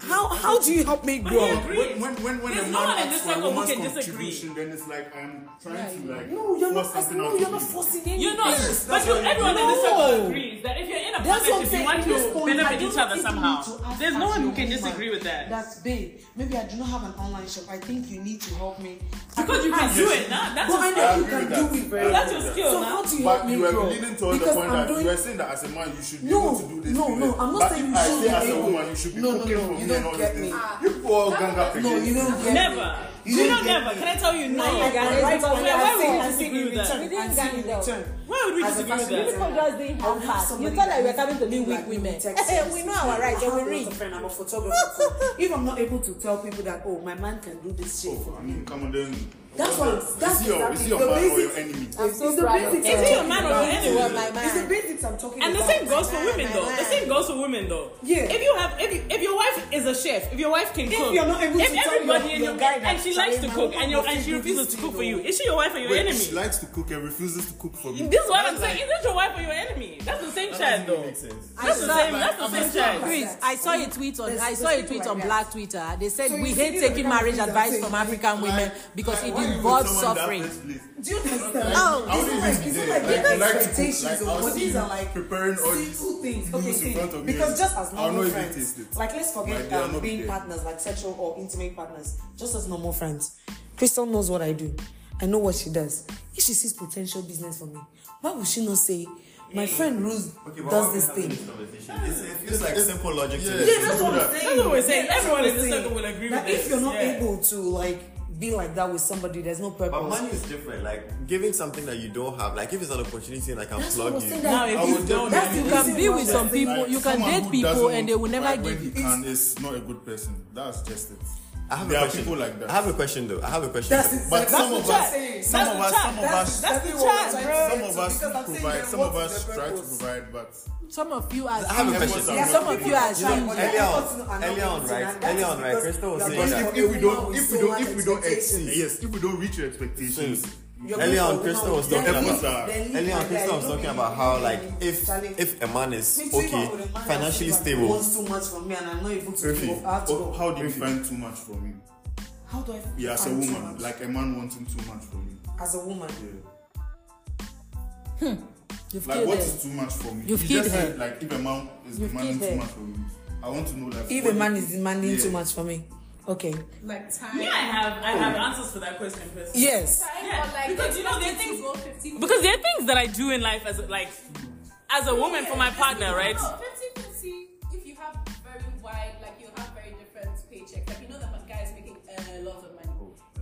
Speaker 4: How how do you help me grow?
Speaker 2: I
Speaker 4: up?
Speaker 2: agree.
Speaker 3: When, when, when, when a
Speaker 2: There's
Speaker 3: man
Speaker 2: no one in this
Speaker 3: asks for a
Speaker 2: circle who
Speaker 3: woman's
Speaker 2: can disagree.
Speaker 3: contribution, then it's like I'm trying to like
Speaker 4: No, you're
Speaker 3: force
Speaker 4: not.
Speaker 3: something
Speaker 4: No,
Speaker 3: out
Speaker 4: you're
Speaker 3: of
Speaker 4: not
Speaker 3: you.
Speaker 4: forcing anything.
Speaker 2: You know, but you,
Speaker 3: what I
Speaker 2: everyone in
Speaker 4: mean.
Speaker 2: this circle
Speaker 4: No.
Speaker 2: agrees that if you're in a
Speaker 4: That's what I'm
Speaker 2: partnership, you
Speaker 4: saying.
Speaker 2: want
Speaker 4: At this
Speaker 2: to
Speaker 4: point, I
Speaker 2: benefit
Speaker 4: don't
Speaker 2: each other
Speaker 4: think you
Speaker 2: somehow.
Speaker 4: need to ask
Speaker 2: There's no
Speaker 4: us
Speaker 2: one who
Speaker 4: to
Speaker 2: can
Speaker 4: help
Speaker 2: disagree
Speaker 4: us.
Speaker 2: with that.
Speaker 4: That's big. Maybe I do not have an online shop. I think you need to help me. I
Speaker 2: Because you can
Speaker 4: ask.
Speaker 2: do it now. That's
Speaker 4: But I
Speaker 2: your
Speaker 4: know you
Speaker 3: I
Speaker 4: can
Speaker 3: agree
Speaker 4: do
Speaker 3: with that.
Speaker 4: it very
Speaker 2: That's
Speaker 4: well.
Speaker 2: your skill
Speaker 4: So
Speaker 2: now.
Speaker 4: how do you help
Speaker 3: But
Speaker 4: me
Speaker 3: you were
Speaker 4: grow?
Speaker 3: leaning towards the
Speaker 4: Because
Speaker 3: point
Speaker 4: I'm
Speaker 3: that
Speaker 4: doing
Speaker 3: you were saying that as a man you should be
Speaker 4: No,
Speaker 3: able to do this.
Speaker 4: no,
Speaker 3: do
Speaker 4: no,
Speaker 3: that.
Speaker 4: I'm not
Speaker 3: but
Speaker 4: saying
Speaker 3: if
Speaker 4: you
Speaker 3: I
Speaker 4: should
Speaker 3: say
Speaker 4: be
Speaker 3: as a
Speaker 4: able.
Speaker 3: woman you should be
Speaker 4: No, no,
Speaker 3: cooking
Speaker 4: no,
Speaker 3: for
Speaker 4: you
Speaker 3: me and
Speaker 4: don't
Speaker 3: all these
Speaker 4: get
Speaker 3: things.
Speaker 4: me.
Speaker 3: You all gang up
Speaker 4: No,
Speaker 3: against
Speaker 4: you don't
Speaker 3: me.
Speaker 4: get
Speaker 2: Never.
Speaker 4: me.
Speaker 2: You know
Speaker 4: don't get
Speaker 2: never.
Speaker 4: me.
Speaker 2: Can I tell you no?
Speaker 1: you guys-
Speaker 2: Why
Speaker 1: Right,
Speaker 4: Right,
Speaker 1: because
Speaker 4: and
Speaker 1: we
Speaker 4: I
Speaker 1: are
Speaker 4: say-
Speaker 1: saying
Speaker 4: I say
Speaker 2: disagree
Speaker 4: in
Speaker 2: with that.
Speaker 4: return,
Speaker 1: We didn't
Speaker 4: I say in
Speaker 1: gang it up.
Speaker 4: return.
Speaker 2: would we disagree
Speaker 4: As a
Speaker 2: with
Speaker 4: fashion
Speaker 2: that?
Speaker 4: designer,
Speaker 1: People just didn't
Speaker 4: I would
Speaker 1: have
Speaker 4: have
Speaker 1: heart. You
Speaker 4: somebody
Speaker 1: thought like we were
Speaker 4: that
Speaker 1: coming to
Speaker 4: look
Speaker 1: live with
Speaker 4: like me,
Speaker 1: women.
Speaker 4: Texas.
Speaker 1: Eh, we know our rights and
Speaker 4: I
Speaker 1: we
Speaker 4: have lots
Speaker 1: read.
Speaker 4: of friends, I'm a photographer. so if I'm not able to tell people that, oh, my man can do this shit for
Speaker 3: Oh, I
Speaker 4: me.
Speaker 3: mean, come on then.
Speaker 4: That's what. That's
Speaker 3: Is he your,
Speaker 4: exactly
Speaker 3: is he your
Speaker 4: the
Speaker 3: man
Speaker 4: basics.
Speaker 3: or your enemy?
Speaker 1: I'm so
Speaker 4: it's the
Speaker 1: proud of her.
Speaker 2: Is
Speaker 4: basics. I'm
Speaker 2: he your
Speaker 4: talking
Speaker 2: man or
Speaker 4: about.
Speaker 2: your enemy?
Speaker 1: You are my man.
Speaker 4: It's the basics I'm talking
Speaker 2: And the
Speaker 4: about.
Speaker 2: same goes for women
Speaker 1: man,
Speaker 2: though.
Speaker 1: my
Speaker 2: The
Speaker 1: man.
Speaker 2: same goes for women though.
Speaker 4: Yeah.
Speaker 2: If you have, if, you- if your wife is a chef, if your wife can
Speaker 4: If
Speaker 2: cook,
Speaker 4: you're not able
Speaker 2: if
Speaker 4: to tell
Speaker 2: everybody
Speaker 4: your-
Speaker 2: in
Speaker 4: your
Speaker 2: your
Speaker 4: guy
Speaker 2: and
Speaker 4: that,
Speaker 2: she likes
Speaker 4: "Sorry,
Speaker 2: to
Speaker 4: my
Speaker 2: cook
Speaker 4: woman
Speaker 2: and, your,
Speaker 4: wants
Speaker 2: and
Speaker 4: to
Speaker 2: she
Speaker 4: do
Speaker 2: refuses
Speaker 4: this
Speaker 2: to cook
Speaker 4: thing,
Speaker 2: for you,
Speaker 4: though.
Speaker 2: is she your wife or your
Speaker 3: Wait,
Speaker 2: enemy?
Speaker 3: she likes to cook and refuses to cook for me.
Speaker 2: This is what I'm saying. Is it your wife or your enemy? That's the same child
Speaker 6: That doesn't
Speaker 2: though.
Speaker 6: make sense.
Speaker 2: That's the same. That's the same child.
Speaker 1: Chris, I saw a tweet on
Speaker 4: There's-
Speaker 1: I
Speaker 4: there's
Speaker 1: saw a
Speaker 4: people
Speaker 1: tweet
Speaker 4: like
Speaker 1: on
Speaker 4: that.
Speaker 1: Black Twitter. They said
Speaker 4: So
Speaker 1: we
Speaker 4: you
Speaker 1: hate
Speaker 4: see
Speaker 1: taking
Speaker 4: African
Speaker 1: marriage
Speaker 4: women that
Speaker 1: advice
Speaker 4: say,
Speaker 1: from African women because it
Speaker 3: Why you put
Speaker 1: involves
Speaker 3: someone in that
Speaker 1: suffering.
Speaker 3: first place?
Speaker 4: Do you understand?
Speaker 1: Oh,
Speaker 3: I wouldn't
Speaker 4: Like,
Speaker 3: even
Speaker 4: these
Speaker 3: be
Speaker 4: are
Speaker 3: there.
Speaker 4: like
Speaker 3: Like, I like to
Speaker 4: expectations
Speaker 3: cook. Like,
Speaker 4: or
Speaker 3: I'll
Speaker 4: what
Speaker 3: see
Speaker 4: these
Speaker 3: you
Speaker 4: are like
Speaker 3: preparing all these
Speaker 4: simple things. Okay,
Speaker 3: meals in front of
Speaker 4: things.
Speaker 3: me
Speaker 4: Because
Speaker 3: and
Speaker 4: just as
Speaker 3: I'll
Speaker 4: normal
Speaker 3: not even
Speaker 4: friends,
Speaker 3: taste it.
Speaker 4: like let's
Speaker 3: My
Speaker 4: forget
Speaker 3: dear, I'll
Speaker 4: um,
Speaker 3: not be
Speaker 4: being
Speaker 3: there.
Speaker 4: partners, like sexual or intimate partners, just as normal friends. Crystal knows what I do. I know what she does. If she sees potential business for me, why would she not say, my friend Rose does this thing?
Speaker 6: It's, it feels like simple logic to me.
Speaker 4: Yeah, that's what I'm saying.
Speaker 2: That's what we're saying.
Speaker 4: That's
Speaker 2: Everyone
Speaker 4: what
Speaker 2: in
Speaker 4: I'm
Speaker 2: this
Speaker 4: saying.
Speaker 2: circle will agree
Speaker 4: that
Speaker 2: with
Speaker 4: if
Speaker 2: this.
Speaker 4: you're not
Speaker 2: Yeah.
Speaker 4: able to like be like that with somebody, there's no purpose.
Speaker 6: But money is different. Like giving something that you don't have. Like if it's an opportunity and I can
Speaker 4: That's what I'm
Speaker 6: plug you.
Speaker 4: saying.
Speaker 2: Now,
Speaker 4: That
Speaker 2: if you don't,
Speaker 4: that's
Speaker 2: then
Speaker 1: You
Speaker 4: the
Speaker 1: can
Speaker 4: reason
Speaker 1: be
Speaker 4: why
Speaker 1: with
Speaker 4: we are
Speaker 1: some
Speaker 4: saying,
Speaker 1: people,
Speaker 4: like,
Speaker 1: you can
Speaker 3: Someone
Speaker 1: date
Speaker 3: who
Speaker 1: people
Speaker 3: doesn't
Speaker 1: and they will never
Speaker 3: provide when
Speaker 1: give
Speaker 3: he
Speaker 1: you.
Speaker 3: can is not a good person. That's just it.
Speaker 6: I have a
Speaker 3: there
Speaker 6: question.
Speaker 3: are people like that.
Speaker 6: I have a question though. I have a question.
Speaker 4: That's
Speaker 6: though.
Speaker 4: it.
Speaker 3: but
Speaker 4: That's
Speaker 3: some
Speaker 4: the
Speaker 3: of
Speaker 4: chat
Speaker 3: us,
Speaker 4: saying.
Speaker 3: some
Speaker 2: That's
Speaker 3: of
Speaker 2: the
Speaker 3: us,
Speaker 2: chat.
Speaker 3: some of
Speaker 2: That's- that's
Speaker 3: us,
Speaker 2: the
Speaker 4: That's what I'm
Speaker 2: chat,
Speaker 4: trying to
Speaker 2: bro.
Speaker 3: some of
Speaker 4: say, too,
Speaker 3: us
Speaker 4: because I'm saying
Speaker 3: provide.
Speaker 4: that
Speaker 3: Some of
Speaker 4: what's
Speaker 3: us
Speaker 4: the
Speaker 3: try to
Speaker 4: purpose?
Speaker 3: provide, but
Speaker 1: Some of you are
Speaker 6: I have a
Speaker 1: single.
Speaker 6: question.
Speaker 4: There are
Speaker 1: Some of you are
Speaker 4: people that
Speaker 1: single.
Speaker 4: try, but
Speaker 6: Earlier
Speaker 4: their
Speaker 6: on-
Speaker 4: efforts are not
Speaker 6: earlier on,
Speaker 4: leading to
Speaker 6: right,
Speaker 4: that. That
Speaker 6: earlier
Speaker 4: is
Speaker 6: on, right,
Speaker 4: because
Speaker 6: Crystal was
Speaker 4: you are
Speaker 6: saying
Speaker 3: Because if, if we
Speaker 4: going for a
Speaker 6: that-
Speaker 4: woman
Speaker 3: don't,
Speaker 4: with
Speaker 3: if we
Speaker 4: so
Speaker 3: don't,
Speaker 4: much
Speaker 3: if we don't exceed,
Speaker 4: expectations.
Speaker 3: yes, if we don't reach your expectations,
Speaker 6: Since-
Speaker 4: You're
Speaker 6: Earlier
Speaker 4: going
Speaker 6: on,
Speaker 4: for a
Speaker 6: Crystal
Speaker 4: woman
Speaker 6: was
Speaker 4: with
Speaker 6: talking
Speaker 4: very
Speaker 6: about
Speaker 4: little, then
Speaker 6: earlier on,
Speaker 4: little,
Speaker 6: Crystal was
Speaker 4: like,
Speaker 6: talking
Speaker 4: you
Speaker 6: about
Speaker 4: know,
Speaker 6: how
Speaker 4: you
Speaker 6: like
Speaker 4: know,
Speaker 6: if
Speaker 4: Charlie,
Speaker 6: if a man is
Speaker 4: me too, if I
Speaker 6: okay,
Speaker 4: were a man, I feel
Speaker 6: financially
Speaker 4: like he
Speaker 6: stable,
Speaker 4: wants too much from me and I'm not able to
Speaker 3: Rafi,
Speaker 4: give up. I have to
Speaker 3: oh,
Speaker 4: go.
Speaker 3: how do you find too much from me?
Speaker 4: How do I?
Speaker 3: Yeah, as a
Speaker 4: find too
Speaker 3: woman,
Speaker 4: much?
Speaker 3: like a man wanting too much from you.
Speaker 4: as a woman.
Speaker 1: You've
Speaker 3: Like, what
Speaker 1: killed
Speaker 3: is
Speaker 1: it.
Speaker 3: too much for me?
Speaker 1: You've
Speaker 3: you
Speaker 1: killed
Speaker 3: just
Speaker 1: her.
Speaker 3: said, like, if a man is
Speaker 1: You've
Speaker 3: demanding
Speaker 1: killed
Speaker 3: too
Speaker 1: her.
Speaker 3: much from me, I want to know, like,
Speaker 4: If a
Speaker 3: what
Speaker 4: man
Speaker 3: it-
Speaker 4: is demanding
Speaker 3: Yeah.
Speaker 4: too much for me, okay.
Speaker 7: like time.
Speaker 2: Me, I have, I have answers for that question, Chris.
Speaker 4: Yes.
Speaker 2: Yeah, because you know there are things
Speaker 7: go 50
Speaker 2: because there are things that I do in life as a- like as a woman for my partner, right?
Speaker 7: No, 50 50 if you have very wide, like you have very different paychecks. Like you know that one guy is making uh, lots of money,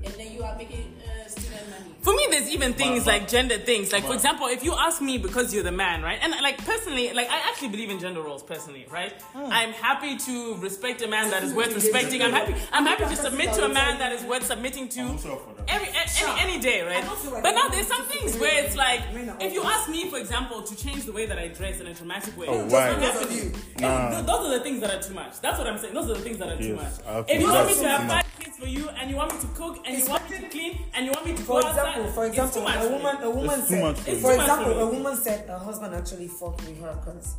Speaker 7: and then you are making uh, student money.
Speaker 2: For me, there's even things like gender things. Like for example, if you ask me because you're the man, right? And like personally, like I actually believe in gender roles personally, right?
Speaker 3: Hmm.
Speaker 2: I'm happy to respect a man that is worth respecting. I'm happy. I'm happy to submit to a man that is worth submitting to.
Speaker 3: I'm sorry for that.
Speaker 2: Every a- any, any day, right? But now there's some things where it's like, if you ask me, for example, to change the way that I dress in a dramatic way,
Speaker 3: Oh,
Speaker 2: it's
Speaker 3: why?
Speaker 2: not happening. And th- those are the things that are too much. That's what I'm saying. Those are the things that are too
Speaker 3: Yes.
Speaker 2: much.
Speaker 3: Okay,
Speaker 2: If you want me
Speaker 3: that's
Speaker 2: to have
Speaker 3: enough.
Speaker 2: five kids for you, and you want me to cook, and you want me to clean, and you want me to
Speaker 4: For
Speaker 2: go
Speaker 4: example,
Speaker 2: outside,
Speaker 4: for
Speaker 2: it's too
Speaker 4: example,
Speaker 2: much.
Speaker 4: a woman, a woman
Speaker 3: It's too
Speaker 4: said,
Speaker 3: much for you.
Speaker 4: for
Speaker 2: It's too much
Speaker 4: example,
Speaker 2: for
Speaker 4: a
Speaker 2: you.
Speaker 4: woman said her husband actually fucked with her because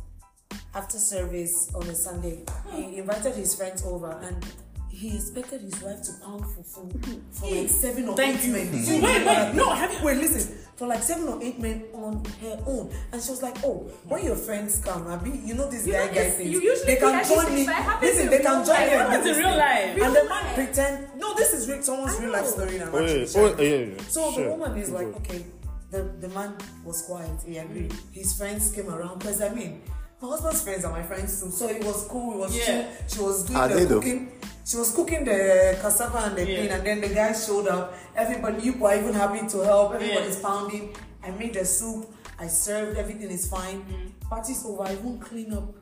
Speaker 4: after service on a Sunday, he invited his friends over and he expected his wife to pound for food for like seven or
Speaker 2: Thank
Speaker 4: eight
Speaker 2: you.
Speaker 4: men.
Speaker 2: Wait, wait, no, have you-
Speaker 4: Wait, listen. For like seven or eight men on her own, and she was like, "Oh, when your friends come, Abi, you know this
Speaker 5: You
Speaker 4: guy guy
Speaker 5: know this-
Speaker 4: things.
Speaker 5: you usually
Speaker 4: they
Speaker 5: do
Speaker 4: can
Speaker 5: that
Speaker 4: join
Speaker 5: shit,
Speaker 4: me.
Speaker 5: but it happens
Speaker 4: Listen,
Speaker 5: in
Speaker 4: they can
Speaker 5: real
Speaker 4: join
Speaker 5: life.
Speaker 4: me.
Speaker 5: It happens
Speaker 2: in real life.
Speaker 4: And the man
Speaker 5: life.
Speaker 4: pretend. No, this is real, someone's
Speaker 5: I
Speaker 4: real life
Speaker 5: know.
Speaker 4: story. now.
Speaker 3: Oh, yeah,
Speaker 4: Actually,
Speaker 3: oh, yeah, yeah, yeah.
Speaker 4: so
Speaker 3: Sure.
Speaker 4: the woman is like,
Speaker 3: Good.
Speaker 4: okay, the, the man was quiet, he agreed. His friends came around because I mean, my husband's friends are my friends too. So it was cool, it was
Speaker 2: Yeah.
Speaker 4: chill. She was doing
Speaker 6: Are they
Speaker 4: the
Speaker 6: though?
Speaker 4: cooking. She was cooking the cassava and the
Speaker 2: Yeah.
Speaker 4: thing, and then the guy showed up. Everybody, you are even happy to help. Everybody's pounding. I made the soup. I served. Everything is fine. Party's over. I won't clean up.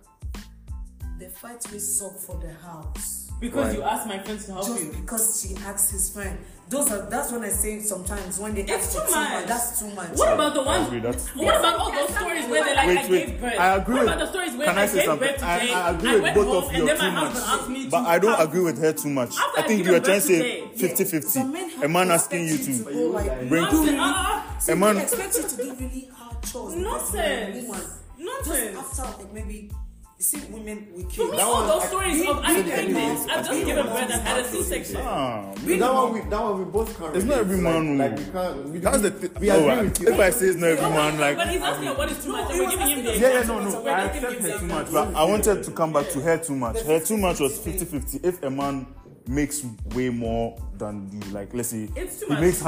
Speaker 4: The fight we suck for the house
Speaker 2: Because you asked my friends to help
Speaker 4: just
Speaker 2: you.
Speaker 4: because she asks his friend. Those are that's when I say sometimes when they
Speaker 2: It's
Speaker 4: ask
Speaker 2: too
Speaker 4: for
Speaker 2: much.
Speaker 4: That's too much.
Speaker 2: What about the ones?
Speaker 3: agree, that's-
Speaker 2: What about all those stories where they like I
Speaker 3: Wait, wait.
Speaker 2: gave birth?
Speaker 3: I agree
Speaker 2: What
Speaker 3: with-
Speaker 2: about the stories where
Speaker 3: Can
Speaker 2: I,
Speaker 3: I say
Speaker 2: gave
Speaker 3: something?
Speaker 2: birth today?
Speaker 3: I, I agree with
Speaker 2: went
Speaker 3: both
Speaker 2: home
Speaker 3: of
Speaker 2: and
Speaker 3: you
Speaker 2: then my
Speaker 3: too
Speaker 2: husband asked me
Speaker 3: much.
Speaker 2: to
Speaker 3: But I don't
Speaker 2: come.
Speaker 3: agree with her too much.
Speaker 2: After
Speaker 3: I
Speaker 2: I
Speaker 3: think
Speaker 2: give
Speaker 3: you were
Speaker 2: birth
Speaker 3: trying to say
Speaker 2: today.
Speaker 3: 50
Speaker 4: Some men
Speaker 3: 50.
Speaker 4: have
Speaker 3: A man
Speaker 4: to
Speaker 3: asking you
Speaker 4: expect
Speaker 3: to
Speaker 4: go like,
Speaker 3: bring.
Speaker 2: Nonsense. Ah,
Speaker 4: some
Speaker 3: man-
Speaker 4: men expect you to do really hard chores. because you're a
Speaker 2: Nonsense.
Speaker 4: woman.
Speaker 2: Nonsense.
Speaker 4: Just after like maybe you see women we
Speaker 2: For
Speaker 4: kill.
Speaker 2: me, all those stories of I
Speaker 6: Did
Speaker 2: pregnant,
Speaker 6: anyone-
Speaker 2: I've just
Speaker 6: did
Speaker 2: given
Speaker 6: anyone
Speaker 2: birth, I've had a
Speaker 6: actually
Speaker 2: C-section.
Speaker 6: say?
Speaker 3: Ah,
Speaker 6: That one, we, that one we both can't.
Speaker 3: It's not
Speaker 6: relate.
Speaker 3: every man who-
Speaker 6: Like, like we can't. We,
Speaker 3: that's
Speaker 6: we,
Speaker 3: the thing.
Speaker 6: We
Speaker 3: Oh,
Speaker 6: agree
Speaker 3: I-
Speaker 6: with you.
Speaker 3: If I say it's not
Speaker 2: No, but-
Speaker 3: everyone, like
Speaker 2: but he's asking what is too much, and we're giving him the
Speaker 3: Yeah, yeah,
Speaker 2: exact
Speaker 3: no,
Speaker 2: answer.
Speaker 3: no.
Speaker 2: We're
Speaker 3: I
Speaker 2: not giving him
Speaker 3: accept her
Speaker 2: the
Speaker 3: too
Speaker 2: exact
Speaker 3: much, but I wanted to come back to her too much. Her too much was 50 50. If a man makes way more than you, like, let's say,
Speaker 2: It's too
Speaker 3: he
Speaker 2: much.
Speaker 3: makes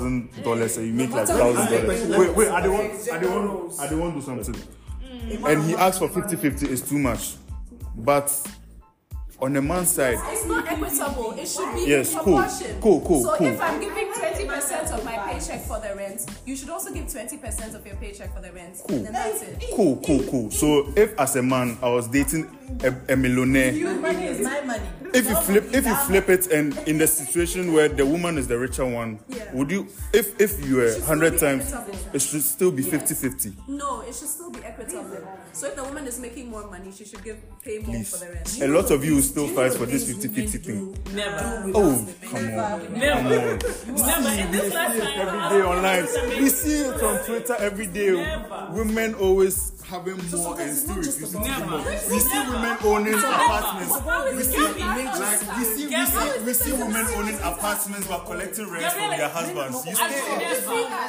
Speaker 3: $100,000 and you make like
Speaker 4: matter what
Speaker 3: $1,000.
Speaker 4: you
Speaker 3: Wait,
Speaker 4: make,
Speaker 3: wait, I don't
Speaker 4: like,
Speaker 3: want, I don't want,
Speaker 4: generals.
Speaker 3: I don't want to do something.
Speaker 2: Mm.
Speaker 3: And he asks for 50 50 is too much. But on the man's side,
Speaker 5: It's not equitable. It should be
Speaker 3: Yes,
Speaker 5: in
Speaker 3: cool.
Speaker 5: proportion.
Speaker 3: Cool, cool,
Speaker 5: So
Speaker 3: cool.
Speaker 5: if I'm giving twenty percent of my paycheck for the rent, you should also give twenty percent of your paycheck for the rent.
Speaker 3: Cool.
Speaker 5: Then that's it.
Speaker 3: cool, cool, cool. So if as a man I was dating a, a millionaire,
Speaker 4: money is my money.
Speaker 3: if you flip if you flip it and in the situation where the woman is the richer one would you if if you were 100 times it should still be 50 50
Speaker 5: No, it should still be equitable. So if the woman is making more money, she should give pay more
Speaker 3: please
Speaker 5: for the rent.
Speaker 3: a lot of you will still fight for this 50 50 thing
Speaker 2: Never.
Speaker 3: oh come on
Speaker 2: Never. Never. In this last time,
Speaker 3: every
Speaker 2: I
Speaker 3: day
Speaker 2: was
Speaker 3: online
Speaker 2: amazed.
Speaker 3: we see it on twitter every day
Speaker 2: Never.
Speaker 3: women always having more and still refusing to give
Speaker 2: Never.
Speaker 3: more we see women owning apartments we see like we see we see we see women owning apartments but collecting rent from their husbands
Speaker 2: I
Speaker 3: you stay
Speaker 2: will never.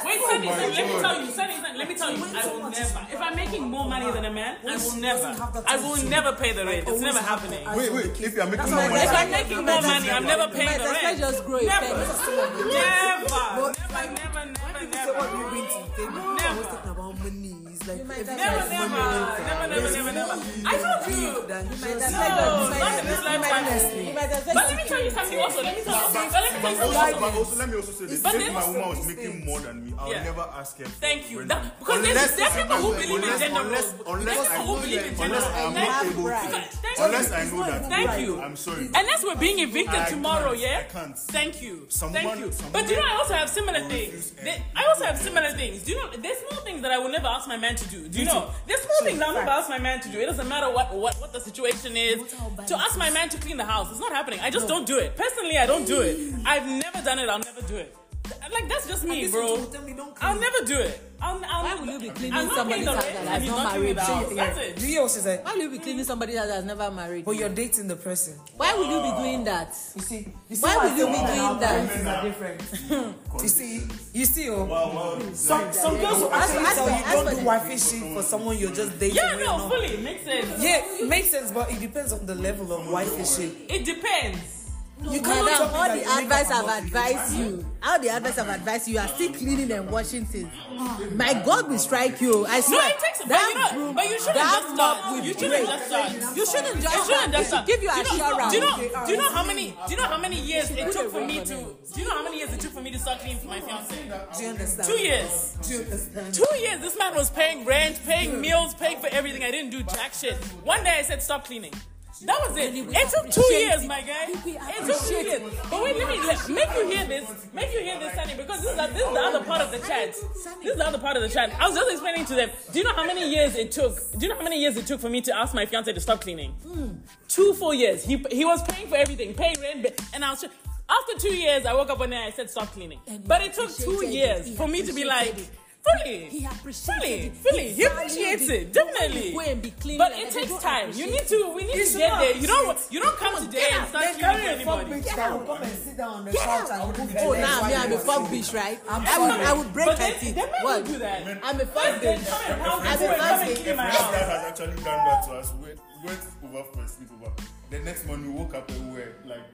Speaker 2: Wait, Sunny, Sunny, let me
Speaker 3: Oh
Speaker 2: tell you, Sunny, Sunny, let me tell you, I will never. If I'm making more money than a man, I will never. I will never pay the rent. It's never happening.
Speaker 3: wait wait if you are making
Speaker 4: why
Speaker 3: more money
Speaker 4: I
Speaker 2: If I'm making more money, I'm never paying the
Speaker 1: Let's
Speaker 2: rent.
Speaker 1: just grow a
Speaker 2: Never.
Speaker 1: family.
Speaker 2: Never. Never. Never. Never. Never.
Speaker 4: you bring to the table. People are always talking about money. It's like everything
Speaker 2: Never,
Speaker 4: is
Speaker 2: never,
Speaker 4: money.
Speaker 2: never, never, never, never. I told you.
Speaker 4: Than just
Speaker 2: No, not in this lifetime.
Speaker 4: honestly.
Speaker 2: But let me tell you something also. Let me tell you. But let me tell you
Speaker 3: But
Speaker 2: something.
Speaker 3: also, but also, let me also say this:
Speaker 2: But
Speaker 3: if
Speaker 2: then-
Speaker 3: my woman was making more than me, I would
Speaker 2: Yeah.
Speaker 3: never ask her. For
Speaker 2: Thank you.
Speaker 3: rent.
Speaker 2: That- because there's-
Speaker 3: Unless-
Speaker 2: there's people who
Speaker 3: unless-
Speaker 2: believe in gender
Speaker 3: unless,
Speaker 2: roles.
Speaker 3: unless,
Speaker 2: There's people
Speaker 3: I
Speaker 2: who
Speaker 3: know
Speaker 2: believe in
Speaker 3: that-
Speaker 2: gender
Speaker 3: unless I am
Speaker 2: roles.
Speaker 3: not able
Speaker 1: Right.
Speaker 3: to,
Speaker 2: Thank
Speaker 3: unless
Speaker 2: you.
Speaker 3: I know that.
Speaker 2: Thank you.
Speaker 3: I'm sorry.
Speaker 2: Unless we're being evicted
Speaker 3: I
Speaker 2: tomorrow,
Speaker 3: can't.
Speaker 2: yeah?
Speaker 3: I can't.
Speaker 2: Thank you.
Speaker 3: Some
Speaker 2: Thank
Speaker 3: man-
Speaker 2: you.
Speaker 3: some
Speaker 2: But do you know,
Speaker 3: man
Speaker 2: I also have similar
Speaker 3: will
Speaker 2: things.
Speaker 3: refuse
Speaker 2: They-
Speaker 3: and-
Speaker 2: I also have similar things. Do you know, there's small things that I will never ask my man to do. Do you know? There's small things I'll never ask my man to do. It doesn't matter what, what, what the situation is. To ask my man to clean the house, it's not happening. I just don't do it. Personally, I don't do it. I've never done it. I'll never do it. Th- Like, that's just me,
Speaker 4: Listen
Speaker 2: bro.
Speaker 4: to them, they don't
Speaker 2: I'll
Speaker 4: clean.
Speaker 2: never do it. I'll, I'll
Speaker 1: Why
Speaker 2: never-
Speaker 1: will you be
Speaker 2: I'm
Speaker 1: cleaning
Speaker 2: not
Speaker 1: somebody's
Speaker 2: paying the
Speaker 1: house
Speaker 2: rent,
Speaker 1: that
Speaker 2: and
Speaker 1: has
Speaker 2: he's
Speaker 1: not
Speaker 2: not cleaning
Speaker 1: married
Speaker 2: the house.
Speaker 1: you?
Speaker 2: That's
Speaker 4: Yeah.
Speaker 2: it.
Speaker 4: Do you hear what she said?
Speaker 1: Why will you be cleaning somebody that has never married
Speaker 4: But
Speaker 1: you?
Speaker 4: you're dating the person.
Speaker 1: Why would you be doing that?
Speaker 4: You see, you see
Speaker 1: Why
Speaker 4: I
Speaker 1: would you
Speaker 4: said
Speaker 1: be
Speaker 4: women
Speaker 1: doing
Speaker 4: and
Speaker 1: that?
Speaker 4: Women are different. you see, you see, oh,
Speaker 3: Wow, wow.
Speaker 4: some some girls will actually
Speaker 1: Ask-
Speaker 4: tell
Speaker 1: ask
Speaker 4: you
Speaker 1: for- ask
Speaker 4: don't
Speaker 1: for
Speaker 4: do wifey shit for someone you're just dating.
Speaker 2: Yeah,
Speaker 4: when you're
Speaker 2: no,
Speaker 4: not.
Speaker 2: fully. Makes sense.
Speaker 4: Yeah, it makes sense, but it depends on the level of wifey shit.
Speaker 2: It depends.
Speaker 1: you cannot
Speaker 4: Madam,
Speaker 1: all the
Speaker 4: you make
Speaker 1: advice
Speaker 4: up
Speaker 1: I've advised you, all the advice I've advised you, you are still cleaning and washing things. My God will strike you. I
Speaker 2: No,
Speaker 1: swear.
Speaker 2: it takes. But you know,
Speaker 1: broom,
Speaker 2: but you shouldn't
Speaker 1: that mop
Speaker 2: just start.
Speaker 1: will
Speaker 2: You
Speaker 1: break.
Speaker 2: shouldn't just start.
Speaker 1: You shouldn't just
Speaker 2: It
Speaker 1: start.
Speaker 2: shouldn't just start.
Speaker 1: Give you
Speaker 2: do you know,
Speaker 1: assurance.
Speaker 2: do you know? Do you know how many? Do you know how many years it took for me to? Do you know how many years it took for me to start cleaning for my fiance?
Speaker 4: Do you understand?
Speaker 2: Two years.
Speaker 4: Do you understand?
Speaker 2: Two years. This man was paying rent, paying meals, paying for everything. I didn't do jack shit. One day I said, stop cleaning. That was it. It took two years, my guy. It took two years. But wait, let me let, make you hear this. Make you hear this, Sunny, because this is, the- this is the other part of the chat. This is the other part of the chat. I was just explaining to them. Do you know how many years it took? Do you know how many years it took for me to ask my fiance to stop cleaning? Two, four years. He he was paying for everything, paying rent, ba- and I was. tr- After two years, I woke up one day and I said, stop cleaning. But it took two
Speaker 1: appreciated it.
Speaker 2: years
Speaker 1: He
Speaker 2: for me to be
Speaker 1: appreciated
Speaker 2: like,
Speaker 1: it.
Speaker 2: fully.
Speaker 1: He appreciates
Speaker 2: Fully,
Speaker 1: it.
Speaker 2: fully. He
Speaker 1: valued
Speaker 2: appreciates it,
Speaker 1: The way you
Speaker 2: definitely.
Speaker 1: Go and be clean.
Speaker 2: But
Speaker 1: and
Speaker 2: it
Speaker 1: everything,
Speaker 2: takes
Speaker 1: don't
Speaker 2: time. You need
Speaker 1: appreciate
Speaker 2: to. We need
Speaker 4: You
Speaker 2: to
Speaker 4: should
Speaker 2: get
Speaker 4: not
Speaker 2: there. You don't.
Speaker 4: appreciate.
Speaker 2: You don't come today
Speaker 4: Get
Speaker 2: and
Speaker 4: out.
Speaker 2: start
Speaker 4: Then
Speaker 2: cleaning for
Speaker 4: carry a fuck
Speaker 2: anybody.
Speaker 4: bitch that will come and sit down on the
Speaker 1: Get
Speaker 4: couch
Speaker 1: out.
Speaker 4: and move
Speaker 1: Oh,
Speaker 4: her legs
Speaker 1: now me,
Speaker 4: while
Speaker 1: I'm
Speaker 4: you
Speaker 1: a
Speaker 4: are
Speaker 1: fuck
Speaker 4: sitting.
Speaker 1: bitch, right?
Speaker 4: I'm
Speaker 1: I
Speaker 4: sorry.
Speaker 1: would, I would break
Speaker 2: But
Speaker 1: her
Speaker 2: then-
Speaker 1: teeth.
Speaker 2: then men
Speaker 1: What?
Speaker 2: do that.
Speaker 1: I'm a fuck
Speaker 2: First day,
Speaker 1: bitch.
Speaker 2: come and pound
Speaker 1: I'm a
Speaker 2: the door,
Speaker 1: fuck
Speaker 2: come and
Speaker 1: bitch.
Speaker 2: clean my
Speaker 3: My
Speaker 2: house.
Speaker 3: dad has actually done that to us. Wait, wait over for a sleepover. The next morning, we woke up and we were like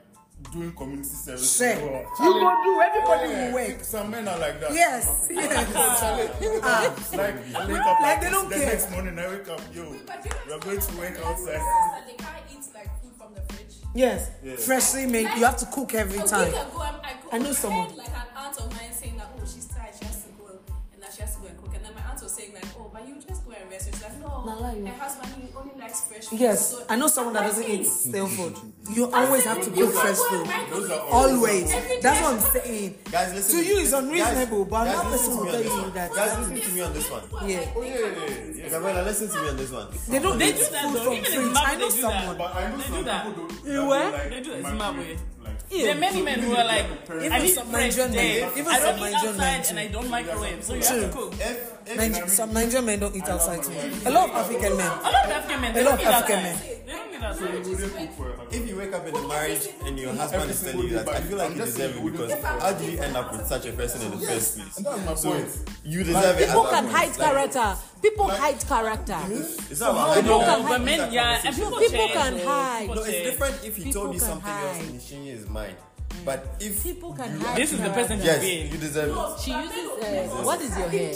Speaker 3: doing community service.
Speaker 4: Shit.
Speaker 3: We were-
Speaker 4: You go do, everybody
Speaker 3: Yeah,
Speaker 4: will work.
Speaker 3: Some men are like that.
Speaker 4: Yes,
Speaker 2: Ah.
Speaker 4: yes.
Speaker 3: Like, I wake up
Speaker 4: Like, they don't
Speaker 3: the
Speaker 4: care.
Speaker 3: next morning, I wake up, yo,
Speaker 5: But you
Speaker 3: we are
Speaker 5: have to
Speaker 3: going to work outside.
Speaker 5: that they can't eat like food from the fridge.
Speaker 4: Yes.
Speaker 3: Yeah.
Speaker 4: Freshly made. You have to cook every
Speaker 5: A
Speaker 4: time.
Speaker 5: week ago, I'm- um, I, could-
Speaker 4: I know someone.
Speaker 5: heard, like an aunt of mine saying that, oh, she's tired, she has to go, and that she has to go and cook. And then my aunt was saying like, oh, but you just go and rest. She's like, no,
Speaker 4: Nah, like you-
Speaker 5: my husband he only likes fresh food.
Speaker 4: Yes,
Speaker 5: so
Speaker 4: I know someone that doesn't eat stale food. You always have to
Speaker 5: You
Speaker 4: cook
Speaker 5: can't
Speaker 4: fresh
Speaker 5: go and
Speaker 4: food.
Speaker 5: buy
Speaker 3: Those are all-
Speaker 4: Always.
Speaker 5: Every
Speaker 4: That's
Speaker 5: day.
Speaker 4: what I'm saying.
Speaker 6: Guys, listen.
Speaker 4: To you, it's
Speaker 6: listen-
Speaker 4: unreasonable, but
Speaker 6: guys,
Speaker 4: another
Speaker 6: listen
Speaker 4: person
Speaker 6: to me
Speaker 4: will
Speaker 6: on
Speaker 4: tell
Speaker 6: this
Speaker 4: you
Speaker 6: one.
Speaker 4: that-
Speaker 6: Guys, listen to me on this one.
Speaker 4: Yeah.
Speaker 5: Like, they cannot eat.
Speaker 6: Gabriella, listen to me on this one.
Speaker 4: They don't
Speaker 2: They
Speaker 4: eat
Speaker 2: do that
Speaker 4: food
Speaker 2: though.
Speaker 4: from
Speaker 2: Even in
Speaker 4: fridge. I
Speaker 2: Zimbabwe,
Speaker 4: know
Speaker 2: they do that.
Speaker 4: someone.
Speaker 3: But I know
Speaker 2: They do
Speaker 3: some
Speaker 2: that.
Speaker 3: people don't.
Speaker 2: You
Speaker 3: that
Speaker 2: were?
Speaker 3: Like,
Speaker 2: They do that. It's
Speaker 3: microwave,
Speaker 2: Zimbabwe.
Speaker 3: Like,
Speaker 2: There are many men who are like,
Speaker 3: Even
Speaker 2: I need
Speaker 4: some
Speaker 2: fresh
Speaker 4: Nigerian
Speaker 2: today.
Speaker 4: men, even
Speaker 2: I don't
Speaker 4: some
Speaker 2: eat
Speaker 4: Nigerian men
Speaker 2: outside and
Speaker 4: too.
Speaker 2: I don't microwave, so you have to cook.
Speaker 6: If, if
Speaker 4: Niger- some Nigerian men don't eat outside too. A lot of African men.
Speaker 2: A lot of African men,
Speaker 4: A
Speaker 2: they
Speaker 4: lot
Speaker 2: don't eat
Speaker 4: of African
Speaker 2: outside.
Speaker 4: men.
Speaker 2: They don't eat outside.
Speaker 3: they cook for her.
Speaker 6: if you wake up in a marriage and your husband is telling you that, I feel like you deserve it because how did you end up with such a person in the first place?
Speaker 3: That's my point.
Speaker 6: You deserve it.
Speaker 1: People
Speaker 6: at that
Speaker 1: can
Speaker 6: point.
Speaker 1: hide
Speaker 6: Like,
Speaker 1: character. People hide character.
Speaker 6: It's not about hiding
Speaker 1: People
Speaker 6: that.
Speaker 1: can hide-
Speaker 2: But men, yeah, and
Speaker 1: People
Speaker 2: people
Speaker 1: can hide.
Speaker 6: No, it's different if he told you
Speaker 1: People can
Speaker 6: something else
Speaker 1: hide.
Speaker 6: and he's changing his mind. But if
Speaker 1: People can hide.
Speaker 2: This is the person you're
Speaker 6: yes, you
Speaker 2: being.
Speaker 6: deserve it.
Speaker 1: She uses. Uh, what is your hair?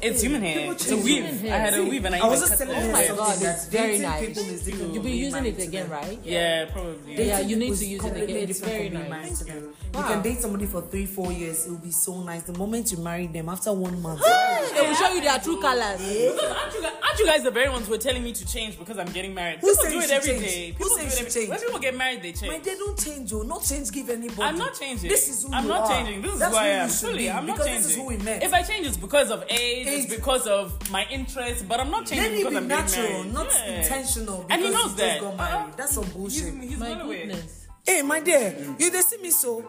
Speaker 2: It's human hair. It's a weave. I had a weave and I
Speaker 4: I was
Speaker 2: even
Speaker 4: just
Speaker 2: cut
Speaker 4: telling
Speaker 2: the
Speaker 4: you
Speaker 1: my
Speaker 2: hair.
Speaker 1: God,
Speaker 4: something
Speaker 1: it's
Speaker 4: that
Speaker 1: very
Speaker 4: dating
Speaker 1: nice.
Speaker 4: people is different.
Speaker 1: You'll be using it again, right?
Speaker 2: Yeah, probably.
Speaker 1: Yeah, you need
Speaker 4: It's
Speaker 1: to use it
Speaker 4: completely
Speaker 1: again. It's
Speaker 4: different
Speaker 1: very
Speaker 4: from being
Speaker 1: nice.
Speaker 4: married together. You
Speaker 1: Wow.
Speaker 4: can date somebody for three, four years. It will be so nice. The moment you marry them, after one month,
Speaker 1: They will show you their true colors.
Speaker 2: Because aren't you, guys, aren't you guys the very ones who are telling me to change because I'm getting married?
Speaker 4: Who
Speaker 2: people
Speaker 4: said
Speaker 2: do
Speaker 4: you
Speaker 2: it
Speaker 4: should
Speaker 2: every day.
Speaker 4: change? Who
Speaker 2: People
Speaker 4: said
Speaker 2: do
Speaker 4: you
Speaker 2: it
Speaker 4: should
Speaker 2: every-
Speaker 4: change?
Speaker 2: When people get married, they
Speaker 4: My
Speaker 2: change.
Speaker 4: they don't change you. Not change give anybody.
Speaker 2: I'm not changing.
Speaker 4: This is who
Speaker 2: I'm
Speaker 4: you
Speaker 2: not
Speaker 4: are.
Speaker 2: changing. This is
Speaker 4: That's
Speaker 2: who I
Speaker 4: who
Speaker 2: am.
Speaker 4: you should
Speaker 2: Fully,
Speaker 4: be,
Speaker 2: I'm not
Speaker 4: because
Speaker 2: changing.
Speaker 4: this is who we met.
Speaker 2: If I change, it's because of age,
Speaker 4: Age.
Speaker 2: it's because of my interests, but I'm not changing
Speaker 4: Let it
Speaker 2: because
Speaker 4: be
Speaker 2: I'm getting
Speaker 4: natural,
Speaker 2: married.
Speaker 4: not
Speaker 2: Yeah.
Speaker 4: intentional.
Speaker 2: And he
Speaker 4: because
Speaker 2: knows
Speaker 4: you
Speaker 2: that.
Speaker 4: Just got married.
Speaker 2: Uh-uh.
Speaker 4: That's some
Speaker 2: He's,
Speaker 4: bullshit.
Speaker 2: he's
Speaker 1: My
Speaker 2: gone away.
Speaker 1: goodness.
Speaker 4: Hey, my dear, you they see me so.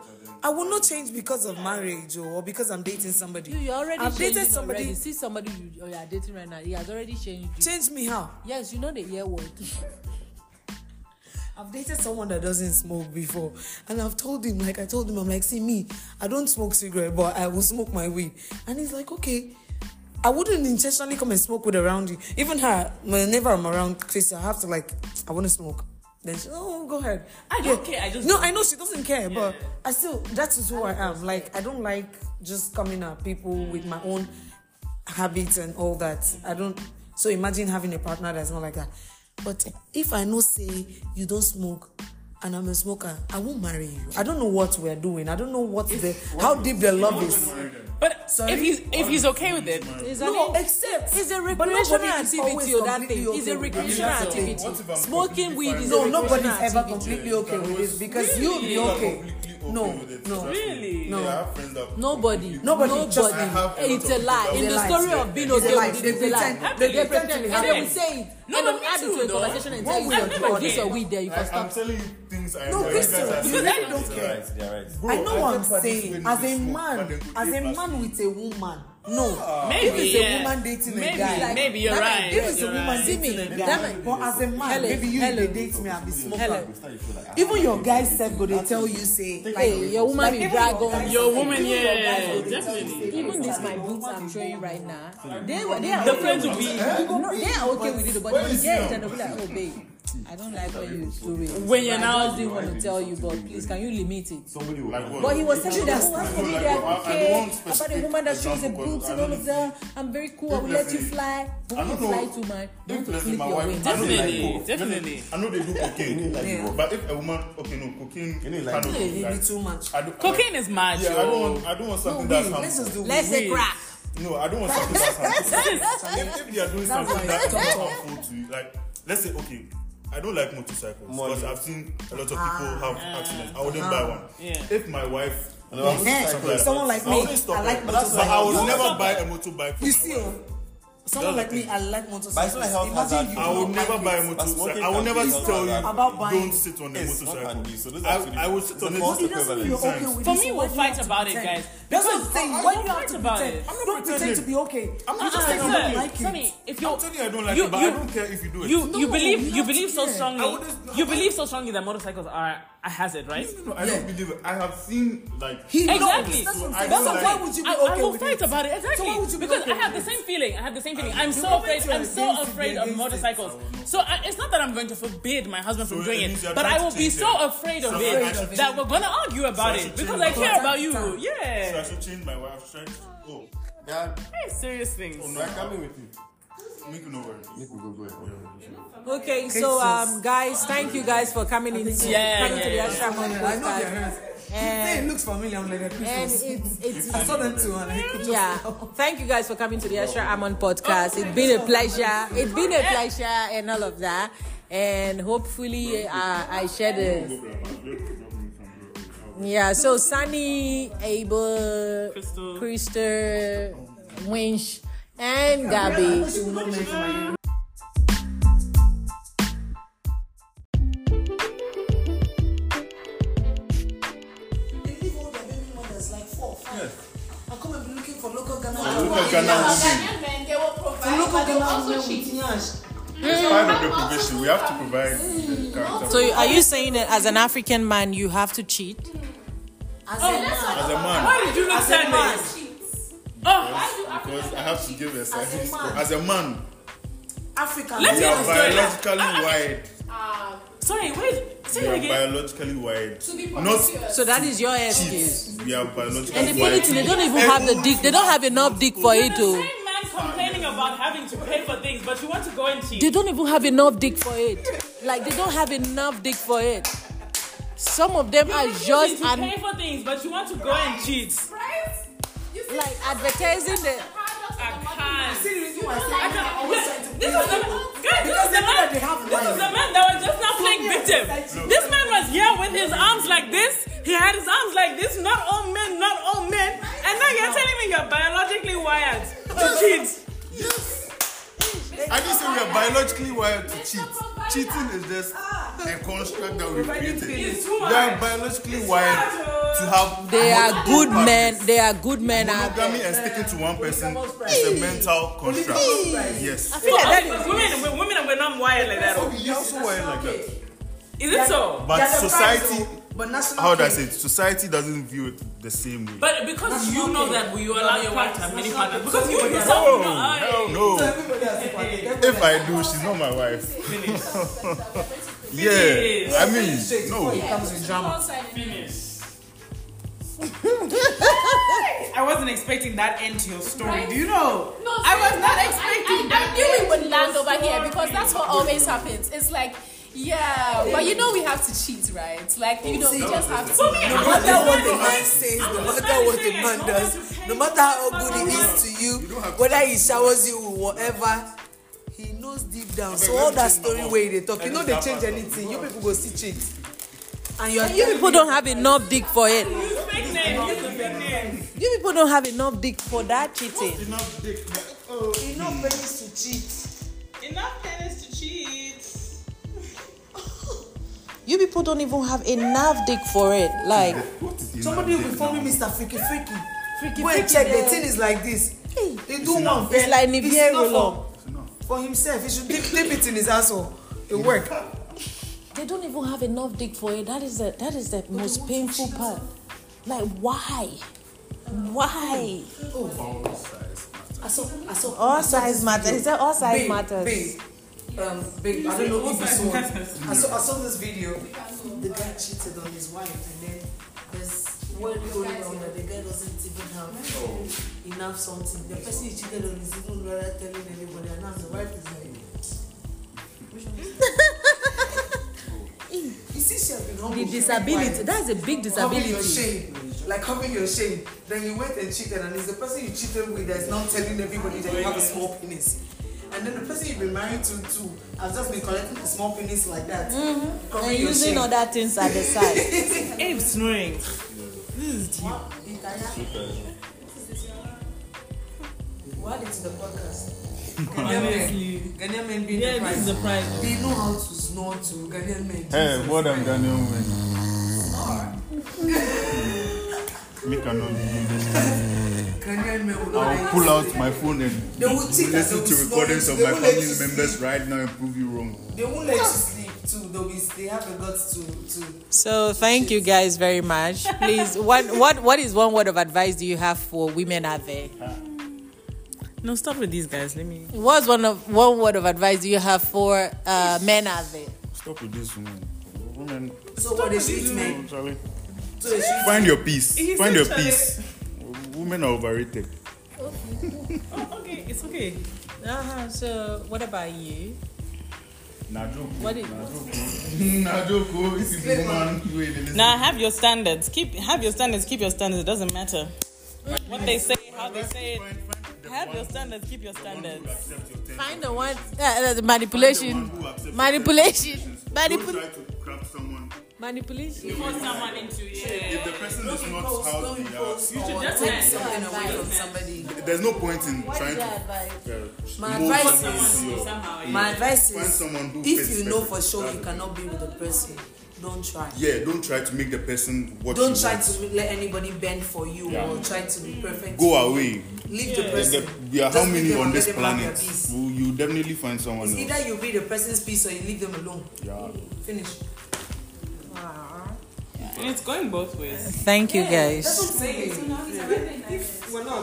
Speaker 4: I will not change because of marriage or because I'm dating somebody.
Speaker 1: You, you already
Speaker 4: I've dated
Speaker 1: changed
Speaker 4: somebody.
Speaker 1: already. See somebody you, oh, you are dating right now. He has already changed you.
Speaker 4: Change me how?
Speaker 1: Yes, you know the ear word.
Speaker 4: I've dated someone that doesn't smoke before, and I've told him, like I told him, I'm like, see me, I don't smoke cigarette, but I will smoke my weed. And he's like, okay, I wouldn't intentionally come and smoke with around you. Even her, whenever I'm around Chris, I have to like, I want to smoke. Then she, oh, go ahead.
Speaker 2: I don't care, I just-
Speaker 4: no, I know she doesn't care, but
Speaker 2: Yeah.
Speaker 4: I still that is who I, am. Like I don't like just coming at people
Speaker 3: Mm.
Speaker 4: with my own habits and all that. I don't. So imagine having a partner that's not like that. But if I know say you don't smoke. And I'm a smoker. I won't marry you. I don't know what we're doing. I don't know what the how deep the love is.
Speaker 2: But if he's if he's okay with it,
Speaker 1: It's
Speaker 4: No,
Speaker 1: an-
Speaker 4: except
Speaker 1: it's a
Speaker 4: but nobody
Speaker 1: recreational
Speaker 4: is always
Speaker 1: activity. or That
Speaker 4: completely
Speaker 1: thing. It's a
Speaker 4: okay with it.
Speaker 1: recreational
Speaker 2: That's all.
Speaker 1: activity.
Speaker 3: What if I'm
Speaker 1: Smoking weed is
Speaker 4: No,
Speaker 1: a
Speaker 4: nobody's
Speaker 1: recreational
Speaker 4: ever
Speaker 1: activity.
Speaker 4: completely okay with this because
Speaker 3: Really?
Speaker 4: you'll be
Speaker 3: People are
Speaker 4: okay.
Speaker 3: completely
Speaker 4: No,
Speaker 3: with it,
Speaker 4: no.
Speaker 3: trust me.
Speaker 2: Really?
Speaker 3: Yeah, I have friends that-
Speaker 1: Nobody.
Speaker 4: Nobody,
Speaker 1: Nobody.
Speaker 4: just-
Speaker 3: I have a
Speaker 1: it's
Speaker 3: lot
Speaker 1: a
Speaker 3: of
Speaker 1: lie.
Speaker 3: people
Speaker 1: In
Speaker 4: that
Speaker 1: the
Speaker 4: lie.
Speaker 1: story of being okay
Speaker 4: a lie.
Speaker 1: with
Speaker 4: They
Speaker 1: it, it's a lie.
Speaker 4: pretend-
Speaker 1: They
Speaker 2: they pretend
Speaker 1: pretend.
Speaker 2: to
Speaker 1: And they
Speaker 2: have
Speaker 1: will
Speaker 2: it.
Speaker 1: say it.
Speaker 2: No,
Speaker 1: and
Speaker 2: but
Speaker 1: they'll
Speaker 2: me
Speaker 1: add
Speaker 2: too,
Speaker 1: it to a
Speaker 2: though.
Speaker 1: conversation and
Speaker 2: What
Speaker 1: tell you,
Speaker 2: would I
Speaker 1: oh,
Speaker 2: do
Speaker 1: this
Speaker 2: again?
Speaker 1: or weed there, you
Speaker 3: I,
Speaker 1: can
Speaker 3: I'm
Speaker 1: stop.
Speaker 3: telling you things I
Speaker 4: No,
Speaker 3: know. You guys
Speaker 4: Christo,
Speaker 3: are
Speaker 4: you
Speaker 3: saying
Speaker 2: really
Speaker 3: things
Speaker 2: don't
Speaker 3: that
Speaker 6: They're
Speaker 3: are
Speaker 6: right. They're right.
Speaker 3: Bro,
Speaker 4: I know what
Speaker 3: get
Speaker 4: I'm
Speaker 3: what this
Speaker 4: saying.
Speaker 3: when
Speaker 4: As
Speaker 3: they
Speaker 4: a
Speaker 3: smoke, but
Speaker 4: man,
Speaker 3: they could
Speaker 4: as a
Speaker 3: take plastic.
Speaker 4: man with a woman,
Speaker 3: Ah.
Speaker 4: no.
Speaker 2: maybe
Speaker 4: If it's a
Speaker 2: yeah.
Speaker 4: woman dating
Speaker 2: maybe,
Speaker 4: a guy, like,
Speaker 2: maybe you're
Speaker 4: that might-
Speaker 2: right.
Speaker 4: If it's a
Speaker 2: you're
Speaker 4: woman
Speaker 2: right.
Speaker 4: dating a guy,
Speaker 1: That might-
Speaker 4: but as a man,
Speaker 1: Hello,
Speaker 4: maybe you
Speaker 1: hello.
Speaker 4: they date me, I'll be
Speaker 1: Hello.
Speaker 4: smoker.
Speaker 6: You feel like, ah,
Speaker 4: Even your guys self go, they tell you say,
Speaker 1: Hey, your woman be drag on you.
Speaker 2: Your woman, yeah, definitely.
Speaker 1: Even this, my boots I'm showing right now. They were, they are
Speaker 2: The
Speaker 1: okay
Speaker 2: friends
Speaker 1: with
Speaker 2: will be.
Speaker 1: it. No, They are okay with it, but they
Speaker 3: is
Speaker 1: get
Speaker 3: now?
Speaker 1: and they'll be like, oh, babe. I don't like when you do it.
Speaker 3: When you're
Speaker 1: I
Speaker 3: now-
Speaker 1: just didn't want to tell you, but please, can you limit it?
Speaker 6: Somebody will
Speaker 3: Like what?
Speaker 1: But he was telling us
Speaker 3: No,
Speaker 1: for me
Speaker 3: like,
Speaker 1: that
Speaker 3: I- I
Speaker 1: okay
Speaker 3: want
Speaker 1: about the
Speaker 3: specific
Speaker 1: woman that shows the
Speaker 3: example,
Speaker 1: boobs
Speaker 3: I
Speaker 1: and all
Speaker 3: don't-
Speaker 1: of that. I'm very cool. I will let you
Speaker 3: Definitely.
Speaker 1: fly. But
Speaker 3: I
Speaker 1: when you
Speaker 3: don't
Speaker 1: fly
Speaker 3: know.
Speaker 1: too much, you want to
Speaker 3: Definitely,
Speaker 1: flip
Speaker 3: my
Speaker 1: your
Speaker 3: wife-
Speaker 1: wings.
Speaker 3: I don't
Speaker 2: Definitely,
Speaker 3: like coke.
Speaker 2: definitely.
Speaker 3: I know they do cocaine, but if a woman, okay, no, cocaine,
Speaker 6: You know, like-
Speaker 3: kind of,
Speaker 6: Yeah,
Speaker 4: Maybe
Speaker 3: like,
Speaker 4: too much.
Speaker 3: I don't,
Speaker 2: Cocaine is mad.
Speaker 3: Like, yeah, I
Speaker 2: yo.
Speaker 3: don't want, I don't want
Speaker 4: No,
Speaker 3: something
Speaker 4: wait,
Speaker 3: that's
Speaker 4: let's
Speaker 3: harmful.
Speaker 4: just do
Speaker 1: Let's say
Speaker 2: Weed.
Speaker 1: crack.
Speaker 3: No, I don't want something that's harmful. if, if they are doing
Speaker 4: That's
Speaker 3: something
Speaker 4: why
Speaker 3: that is
Speaker 4: it's
Speaker 3: harmful to you, like let's say, okay, I don't like motorcycles because
Speaker 6: Money.
Speaker 3: I've seen a lot of people
Speaker 4: Ah.
Speaker 3: have accidents. I wouldn't buy one.
Speaker 2: Yeah.
Speaker 3: If my wife,
Speaker 6: No, I'm
Speaker 3: wants
Speaker 6: motorcycle.
Speaker 3: something
Speaker 4: "Eh, Someone like
Speaker 3: that,
Speaker 4: me,
Speaker 3: I wouldn't stop
Speaker 4: I like
Speaker 3: her. but I
Speaker 4: motorcycles.
Speaker 3: would never buy a motorbike. For
Speaker 4: You
Speaker 3: my
Speaker 4: see,
Speaker 3: wife.
Speaker 4: oh, someone
Speaker 3: That's
Speaker 4: like
Speaker 3: the
Speaker 4: me,
Speaker 3: thing.
Speaker 4: I like
Speaker 6: But
Speaker 4: motorcycles.
Speaker 6: it's not a health hazard.
Speaker 4: Imagine you
Speaker 3: I
Speaker 4: don't
Speaker 3: would
Speaker 4: like
Speaker 3: never buy a
Speaker 4: it.
Speaker 3: motorcycle.
Speaker 6: smoking
Speaker 3: I would
Speaker 6: can
Speaker 3: never
Speaker 6: be done
Speaker 3: tell you
Speaker 6: like that.
Speaker 4: About buying-
Speaker 3: don't sit on a
Speaker 6: It's not
Speaker 3: motorcycle.
Speaker 6: can be, so those are
Speaker 3: I,
Speaker 6: actually-
Speaker 3: I would sit
Speaker 6: it's
Speaker 3: on
Speaker 6: a
Speaker 3: a
Speaker 6: false
Speaker 4: It doesn't mean you're
Speaker 6: equivalent.
Speaker 4: okay with
Speaker 2: For
Speaker 4: this,
Speaker 2: me,
Speaker 4: so
Speaker 2: we'll
Speaker 4: why do you
Speaker 2: fight
Speaker 4: have to
Speaker 2: about it,
Speaker 4: pretend?
Speaker 2: guys.
Speaker 4: That's
Speaker 2: Because
Speaker 4: the
Speaker 2: I-
Speaker 4: thing.
Speaker 2: I
Speaker 4: Why do
Speaker 2: won't
Speaker 4: you have
Speaker 2: fight
Speaker 4: to
Speaker 2: about
Speaker 4: pretend?
Speaker 2: it.
Speaker 3: I'm not
Speaker 4: Don't pretend to
Speaker 3: pretending.
Speaker 4: be okay.
Speaker 3: I'm
Speaker 4: You
Speaker 3: not
Speaker 4: just
Speaker 3: saying
Speaker 4: say
Speaker 3: I'm
Speaker 4: you
Speaker 3: not
Speaker 4: don't
Speaker 3: okay.
Speaker 4: like it.
Speaker 2: Sonny, if you're,
Speaker 3: I'm telling you, I don't like
Speaker 2: you,
Speaker 3: it, but
Speaker 2: you,
Speaker 3: I don't care if you do it.
Speaker 2: You, you
Speaker 4: No,
Speaker 2: believe
Speaker 4: you
Speaker 2: you
Speaker 4: have
Speaker 2: believe
Speaker 4: to
Speaker 2: so
Speaker 4: care.
Speaker 2: strongly.
Speaker 3: I wouldn't-
Speaker 2: you believe so strongly that motorcycles are a hazard, right?
Speaker 3: No, no, I don't believe it. I have seen like
Speaker 4: He knows.
Speaker 2: Exactly.
Speaker 4: That's what
Speaker 3: I
Speaker 4: I'm saying.
Speaker 3: don't
Speaker 4: That's why
Speaker 3: like
Speaker 4: why would you be
Speaker 2: I,
Speaker 4: okay
Speaker 2: I will
Speaker 4: with
Speaker 2: fight
Speaker 4: it?
Speaker 2: about it exactly
Speaker 4: So why would you be
Speaker 2: because
Speaker 4: okay
Speaker 2: I have the
Speaker 4: with
Speaker 2: same feeling. I have the same feeling. I'm
Speaker 4: The
Speaker 2: so
Speaker 4: moment
Speaker 2: afraid.
Speaker 4: you're
Speaker 2: I'm so
Speaker 4: against it,
Speaker 2: afraid
Speaker 4: you're
Speaker 2: of
Speaker 4: against it.
Speaker 2: motorcycles. So I, it's not that I'm going to forbid my husband from
Speaker 3: So it
Speaker 2: doing it,
Speaker 3: means you're
Speaker 2: but
Speaker 3: trying
Speaker 2: I
Speaker 3: to
Speaker 2: will be
Speaker 3: change
Speaker 2: so
Speaker 3: it.
Speaker 2: afraid of
Speaker 3: So
Speaker 2: it
Speaker 3: I should change
Speaker 2: that we're gonna argue about
Speaker 3: I
Speaker 2: it
Speaker 3: should
Speaker 2: because
Speaker 3: change
Speaker 2: I
Speaker 3: it.
Speaker 2: care about you.
Speaker 4: So I
Speaker 3: So I
Speaker 2: Yeah.
Speaker 3: should change my wife. Should I oh,
Speaker 6: Yeah,
Speaker 2: Very serious things.
Speaker 6: so I'm coming with you.
Speaker 3: make no worry.
Speaker 6: Make we go go ahead.
Speaker 1: Okay, so um, guys, thank you guys for coming in,
Speaker 2: Yeah,
Speaker 1: coming to the
Speaker 2: yeah,
Speaker 1: Extra Money
Speaker 4: I know their
Speaker 1: podcast.
Speaker 4: hands.
Speaker 2: Eh.
Speaker 4: They looks familiar. I'm like a
Speaker 1: And
Speaker 4: Christmas.
Speaker 1: it's it's
Speaker 4: I saw them too, and I could just
Speaker 1: Yeah. Thank you guys for coming to the Asha Amon podcast. It's been a pleasure. It's been a pleasure and all of that. And hopefully, uh, I share the. Yeah, so Sunny, Abel,
Speaker 2: Crystal.
Speaker 1: Crystal, Winch, and Gabby.
Speaker 4: She will not mention my name. They leave all their baby mothers like four, five. I come and be looking for local Ghana.
Speaker 3: Look at Ghana women.
Speaker 5: Ghanaian men, they will provide,
Speaker 4: Local
Speaker 5: but they will
Speaker 4: Ghana
Speaker 5: also
Speaker 4: women
Speaker 5: cheat.
Speaker 4: with nyash.
Speaker 3: It's part of the provision. We have to provide the character.
Speaker 1: So, are you saying that as an African man, you have to cheat?
Speaker 4: As
Speaker 5: And that's
Speaker 4: a
Speaker 5: why
Speaker 3: as a man,
Speaker 2: Why did you not send this?
Speaker 5: cheats.
Speaker 2: Oh,
Speaker 5: Why do African
Speaker 3: because I
Speaker 5: men
Speaker 3: have to
Speaker 5: cheat?
Speaker 3: give a
Speaker 4: As a
Speaker 3: service.
Speaker 4: man.
Speaker 3: As a man,
Speaker 4: African.
Speaker 2: Let's
Speaker 3: we
Speaker 2: hear the
Speaker 3: are
Speaker 2: story.
Speaker 3: biologically wired.
Speaker 5: Ah,
Speaker 2: sorry. Wait. Say
Speaker 3: We
Speaker 2: it
Speaker 3: are
Speaker 2: again.
Speaker 3: biologically wired.
Speaker 5: to be
Speaker 3: Not
Speaker 5: promiscuous.
Speaker 1: So, that is your excuse.
Speaker 3: cheats. We are
Speaker 1: And if
Speaker 3: biologically wired.
Speaker 1: anything, they don't even have the dick, they don't have enough dick for
Speaker 2: You're
Speaker 1: it,
Speaker 2: the
Speaker 1: too.
Speaker 2: same man complaining about having to pay for things, but you want to go and cheat.
Speaker 1: They don't even have enough dick for it. Like they don't have enough dick for it. Some of them
Speaker 2: You
Speaker 1: are
Speaker 2: refuse
Speaker 1: just
Speaker 2: to
Speaker 1: and
Speaker 2: pay for things, but you want to go and cheat.
Speaker 5: Right? You see,
Speaker 1: like advertising the
Speaker 5: the paradox of
Speaker 2: I
Speaker 5: the modern
Speaker 2: can't.
Speaker 5: man.
Speaker 4: See the reason why I say
Speaker 5: I
Speaker 4: Africa
Speaker 5: can't-
Speaker 4: always try to
Speaker 2: This
Speaker 4: play
Speaker 2: was the guys. This
Speaker 4: Because
Speaker 2: was
Speaker 4: they
Speaker 2: the
Speaker 4: know
Speaker 2: man.
Speaker 4: that they have
Speaker 2: This was
Speaker 4: life.
Speaker 2: the man that was just now playing victim. This man was here with his arms like this. He had his arms like this. Not all men. Not all men. And now you're telling me you're biologically wired to cheat.
Speaker 3: I just say we are biologically wired to cheat.
Speaker 5: provider.
Speaker 3: Cheating is just a construct that we've created.
Speaker 2: It's
Speaker 3: We
Speaker 2: too
Speaker 3: are
Speaker 2: hard.
Speaker 3: biologically wired to have.
Speaker 1: they are
Speaker 3: multiple
Speaker 1: good men.
Speaker 3: partners.
Speaker 1: They are good men out there.
Speaker 3: Monogamy and sticking to one person is a mental construct. Yes.
Speaker 2: So, okay, but women, we- women are not wired like that.
Speaker 3: You also were like that.
Speaker 2: Is it so?
Speaker 3: But
Speaker 4: They are the
Speaker 3: society,
Speaker 4: prize, oh, but national
Speaker 3: how do I
Speaker 4: king.
Speaker 3: say it? Society doesn't view it the same way.
Speaker 2: But because you know that you allow your wife to have many partners, because you yourself
Speaker 3: no,
Speaker 2: you know. I-
Speaker 3: no.
Speaker 4: Everybody has a party.
Speaker 3: If I do, she's not my wife. yeah. I mean,
Speaker 4: Everybody
Speaker 3: no.
Speaker 4: comes with drama.
Speaker 2: I wasn't expecting that end to your story.
Speaker 5: Right?
Speaker 2: Do you know?
Speaker 5: No,
Speaker 2: I was
Speaker 5: seriously,
Speaker 2: not
Speaker 5: I-
Speaker 2: expecting
Speaker 5: I,
Speaker 2: that.
Speaker 5: I knew we would
Speaker 2: end
Speaker 5: land
Speaker 2: to your
Speaker 5: over here
Speaker 2: story.
Speaker 5: because that's what always happens. It's like, yeah, but you know we have to cheat, right? Like, you know, we just have
Speaker 2: For
Speaker 5: to.
Speaker 2: me,
Speaker 5: cheat.
Speaker 2: I
Speaker 4: No
Speaker 2: was
Speaker 4: matter
Speaker 2: just
Speaker 4: what the
Speaker 2: like,
Speaker 4: man says, no
Speaker 2: I'm
Speaker 4: matter
Speaker 2: trying to
Speaker 4: what the
Speaker 2: say,
Speaker 4: man
Speaker 2: I don't
Speaker 4: does,
Speaker 2: have to
Speaker 4: no
Speaker 2: pay
Speaker 4: matter how
Speaker 2: for
Speaker 4: good
Speaker 2: my
Speaker 4: he
Speaker 2: life.
Speaker 4: is to you, whether he showers you with whatever, he knows deep down. So all that story where they talk, you know they change anything. You people go see cheat, and you're
Speaker 1: You people don't have enough dick for it.
Speaker 2: Use fake name. Use the fake name.
Speaker 1: You people don't have enough dick for that cheating. Oh,
Speaker 4: enough pennies to cheat.
Speaker 2: Enough tennis to cheat.
Speaker 1: You people don't even have enough dick for it. Like
Speaker 4: Somebody will be following Mr. Freaky Freaky.
Speaker 1: freaky
Speaker 4: Go and
Speaker 1: freaky
Speaker 4: check. The
Speaker 1: there.
Speaker 4: thing is like this.
Speaker 1: Hey.
Speaker 4: They do one.
Speaker 1: It's like
Speaker 4: It's
Speaker 1: Nivea
Speaker 4: enough
Speaker 1: roll-up.
Speaker 4: for- For himself, he should dip, dip it in his asshole. It work.
Speaker 1: They don't even have enough dick for it. That is the that is the most painful part. Like why? Why?
Speaker 4: I saw, I saw.
Speaker 1: All size matters. Is that all size
Speaker 4: Babe,
Speaker 1: matters?
Speaker 4: babe, um, big, I don't know if you saw it. I saw, I saw this video. The guy cheated on his wife, and then there's what going on that the guy doesn't even have enough something. The person he cheated on is even rather telling anybody, and now the wife is like, which one is that? You see, she has been humble.
Speaker 1: The
Speaker 4: She has been
Speaker 1: disability.
Speaker 4: quiet.
Speaker 1: That's a big
Speaker 4: Covering your
Speaker 1: disability.
Speaker 4: shame. Like covering your shame. Then you went and cheated, and it's the person you cheated with that's now telling everybody that you have a small penis. And then the person you've been married to too has just been collecting a small penis like that. Covering
Speaker 1: And
Speaker 4: your
Speaker 1: using
Speaker 4: shame.
Speaker 1: other things at the side.
Speaker 2: Abe snoring.
Speaker 4: What is the podcast? Ghanaian men. Ghanaian men being
Speaker 2: Yeah,
Speaker 4: the
Speaker 2: this is
Speaker 4: prize.
Speaker 2: the prize.
Speaker 4: They know how to snore to Ghanaian men.
Speaker 3: Hey, what am Ghanaian women? Me cannot begin this.
Speaker 4: Ghanaian men will not
Speaker 3: I'll
Speaker 4: like
Speaker 3: pull
Speaker 4: it.
Speaker 3: out my phone and
Speaker 4: They will cheat and they
Speaker 3: listen
Speaker 4: will
Speaker 3: to
Speaker 4: snore.
Speaker 3: recordings of
Speaker 4: They
Speaker 3: my
Speaker 4: won't let
Speaker 3: family
Speaker 4: you
Speaker 3: members
Speaker 4: sleep.
Speaker 3: right now and prove you wrong.
Speaker 4: They won't let you sleep too. They'll be, they have the guts to, to
Speaker 1: So thank you guys very much. Please, what what what is one word of advice do you have for women out there?
Speaker 2: No, stop with these guys. Let me.
Speaker 1: What's one of one word of advice do you have for uh, men out there?
Speaker 3: Stop with this woman. Women,
Speaker 4: So what they treat men.
Speaker 3: Charlie.
Speaker 4: So they treat
Speaker 3: Find your peace.
Speaker 2: He
Speaker 3: Find your
Speaker 2: said Charlie.
Speaker 3: peace. Women are overrated.
Speaker 2: Oh, okay, it's okay.
Speaker 1: Uh-huh. So what about you?
Speaker 3: Na joke.
Speaker 1: What is-
Speaker 3: Na joke. Na joke. oh. If it's woman, you ain't listen.
Speaker 2: Now have your standards. Keep have your standards. Keep your standards. It doesn't matter what they say, how they say it.
Speaker 3: Find- find the
Speaker 2: Have
Speaker 3: one
Speaker 2: your standards. Keep your
Speaker 3: who
Speaker 2: standards.
Speaker 3: accept your ten-
Speaker 1: Find the one uh, uh, the
Speaker 3: find the
Speaker 1: manipulation,
Speaker 3: one who accept your
Speaker 1: manipulation,
Speaker 3: ten- Don't
Speaker 1: manipulation,
Speaker 3: try to crap someone.
Speaker 1: manipulation.
Speaker 2: Force someone into yeah.
Speaker 3: If the person is not how they are,
Speaker 2: Just
Speaker 4: take something away from somebody.
Speaker 3: there's no point in trying to. uh,
Speaker 4: My
Speaker 3: mold
Speaker 4: advice
Speaker 3: someone
Speaker 4: is-
Speaker 3: to your-
Speaker 2: somehow.
Speaker 4: My advice
Speaker 3: Find
Speaker 4: is
Speaker 3: someone who
Speaker 4: if
Speaker 3: fits
Speaker 4: you know for
Speaker 3: perfect.
Speaker 4: sure you
Speaker 3: That's-
Speaker 4: cannot be with the person, don't try.
Speaker 3: Yeah, don't try to make the person what
Speaker 4: Don't
Speaker 3: you
Speaker 4: try
Speaker 3: want.
Speaker 4: to let anybody bend for you
Speaker 3: Yeah.
Speaker 4: or try to be perfect.
Speaker 3: Go away.
Speaker 4: Leave the
Speaker 3: There's
Speaker 4: person.
Speaker 3: a- there are how
Speaker 4: Just leave
Speaker 3: many
Speaker 4: them
Speaker 3: on
Speaker 4: and
Speaker 3: this
Speaker 4: let them have
Speaker 3: planet?
Speaker 4: their peace.
Speaker 3: You, you definitely find someone
Speaker 4: It's
Speaker 3: else.
Speaker 4: either you be the person's peace or you leave them alone.
Speaker 3: Yeah.
Speaker 4: Finish.
Speaker 2: And it's going both ways.
Speaker 1: Thank you guys.
Speaker 4: That's what I'm saying. If we're not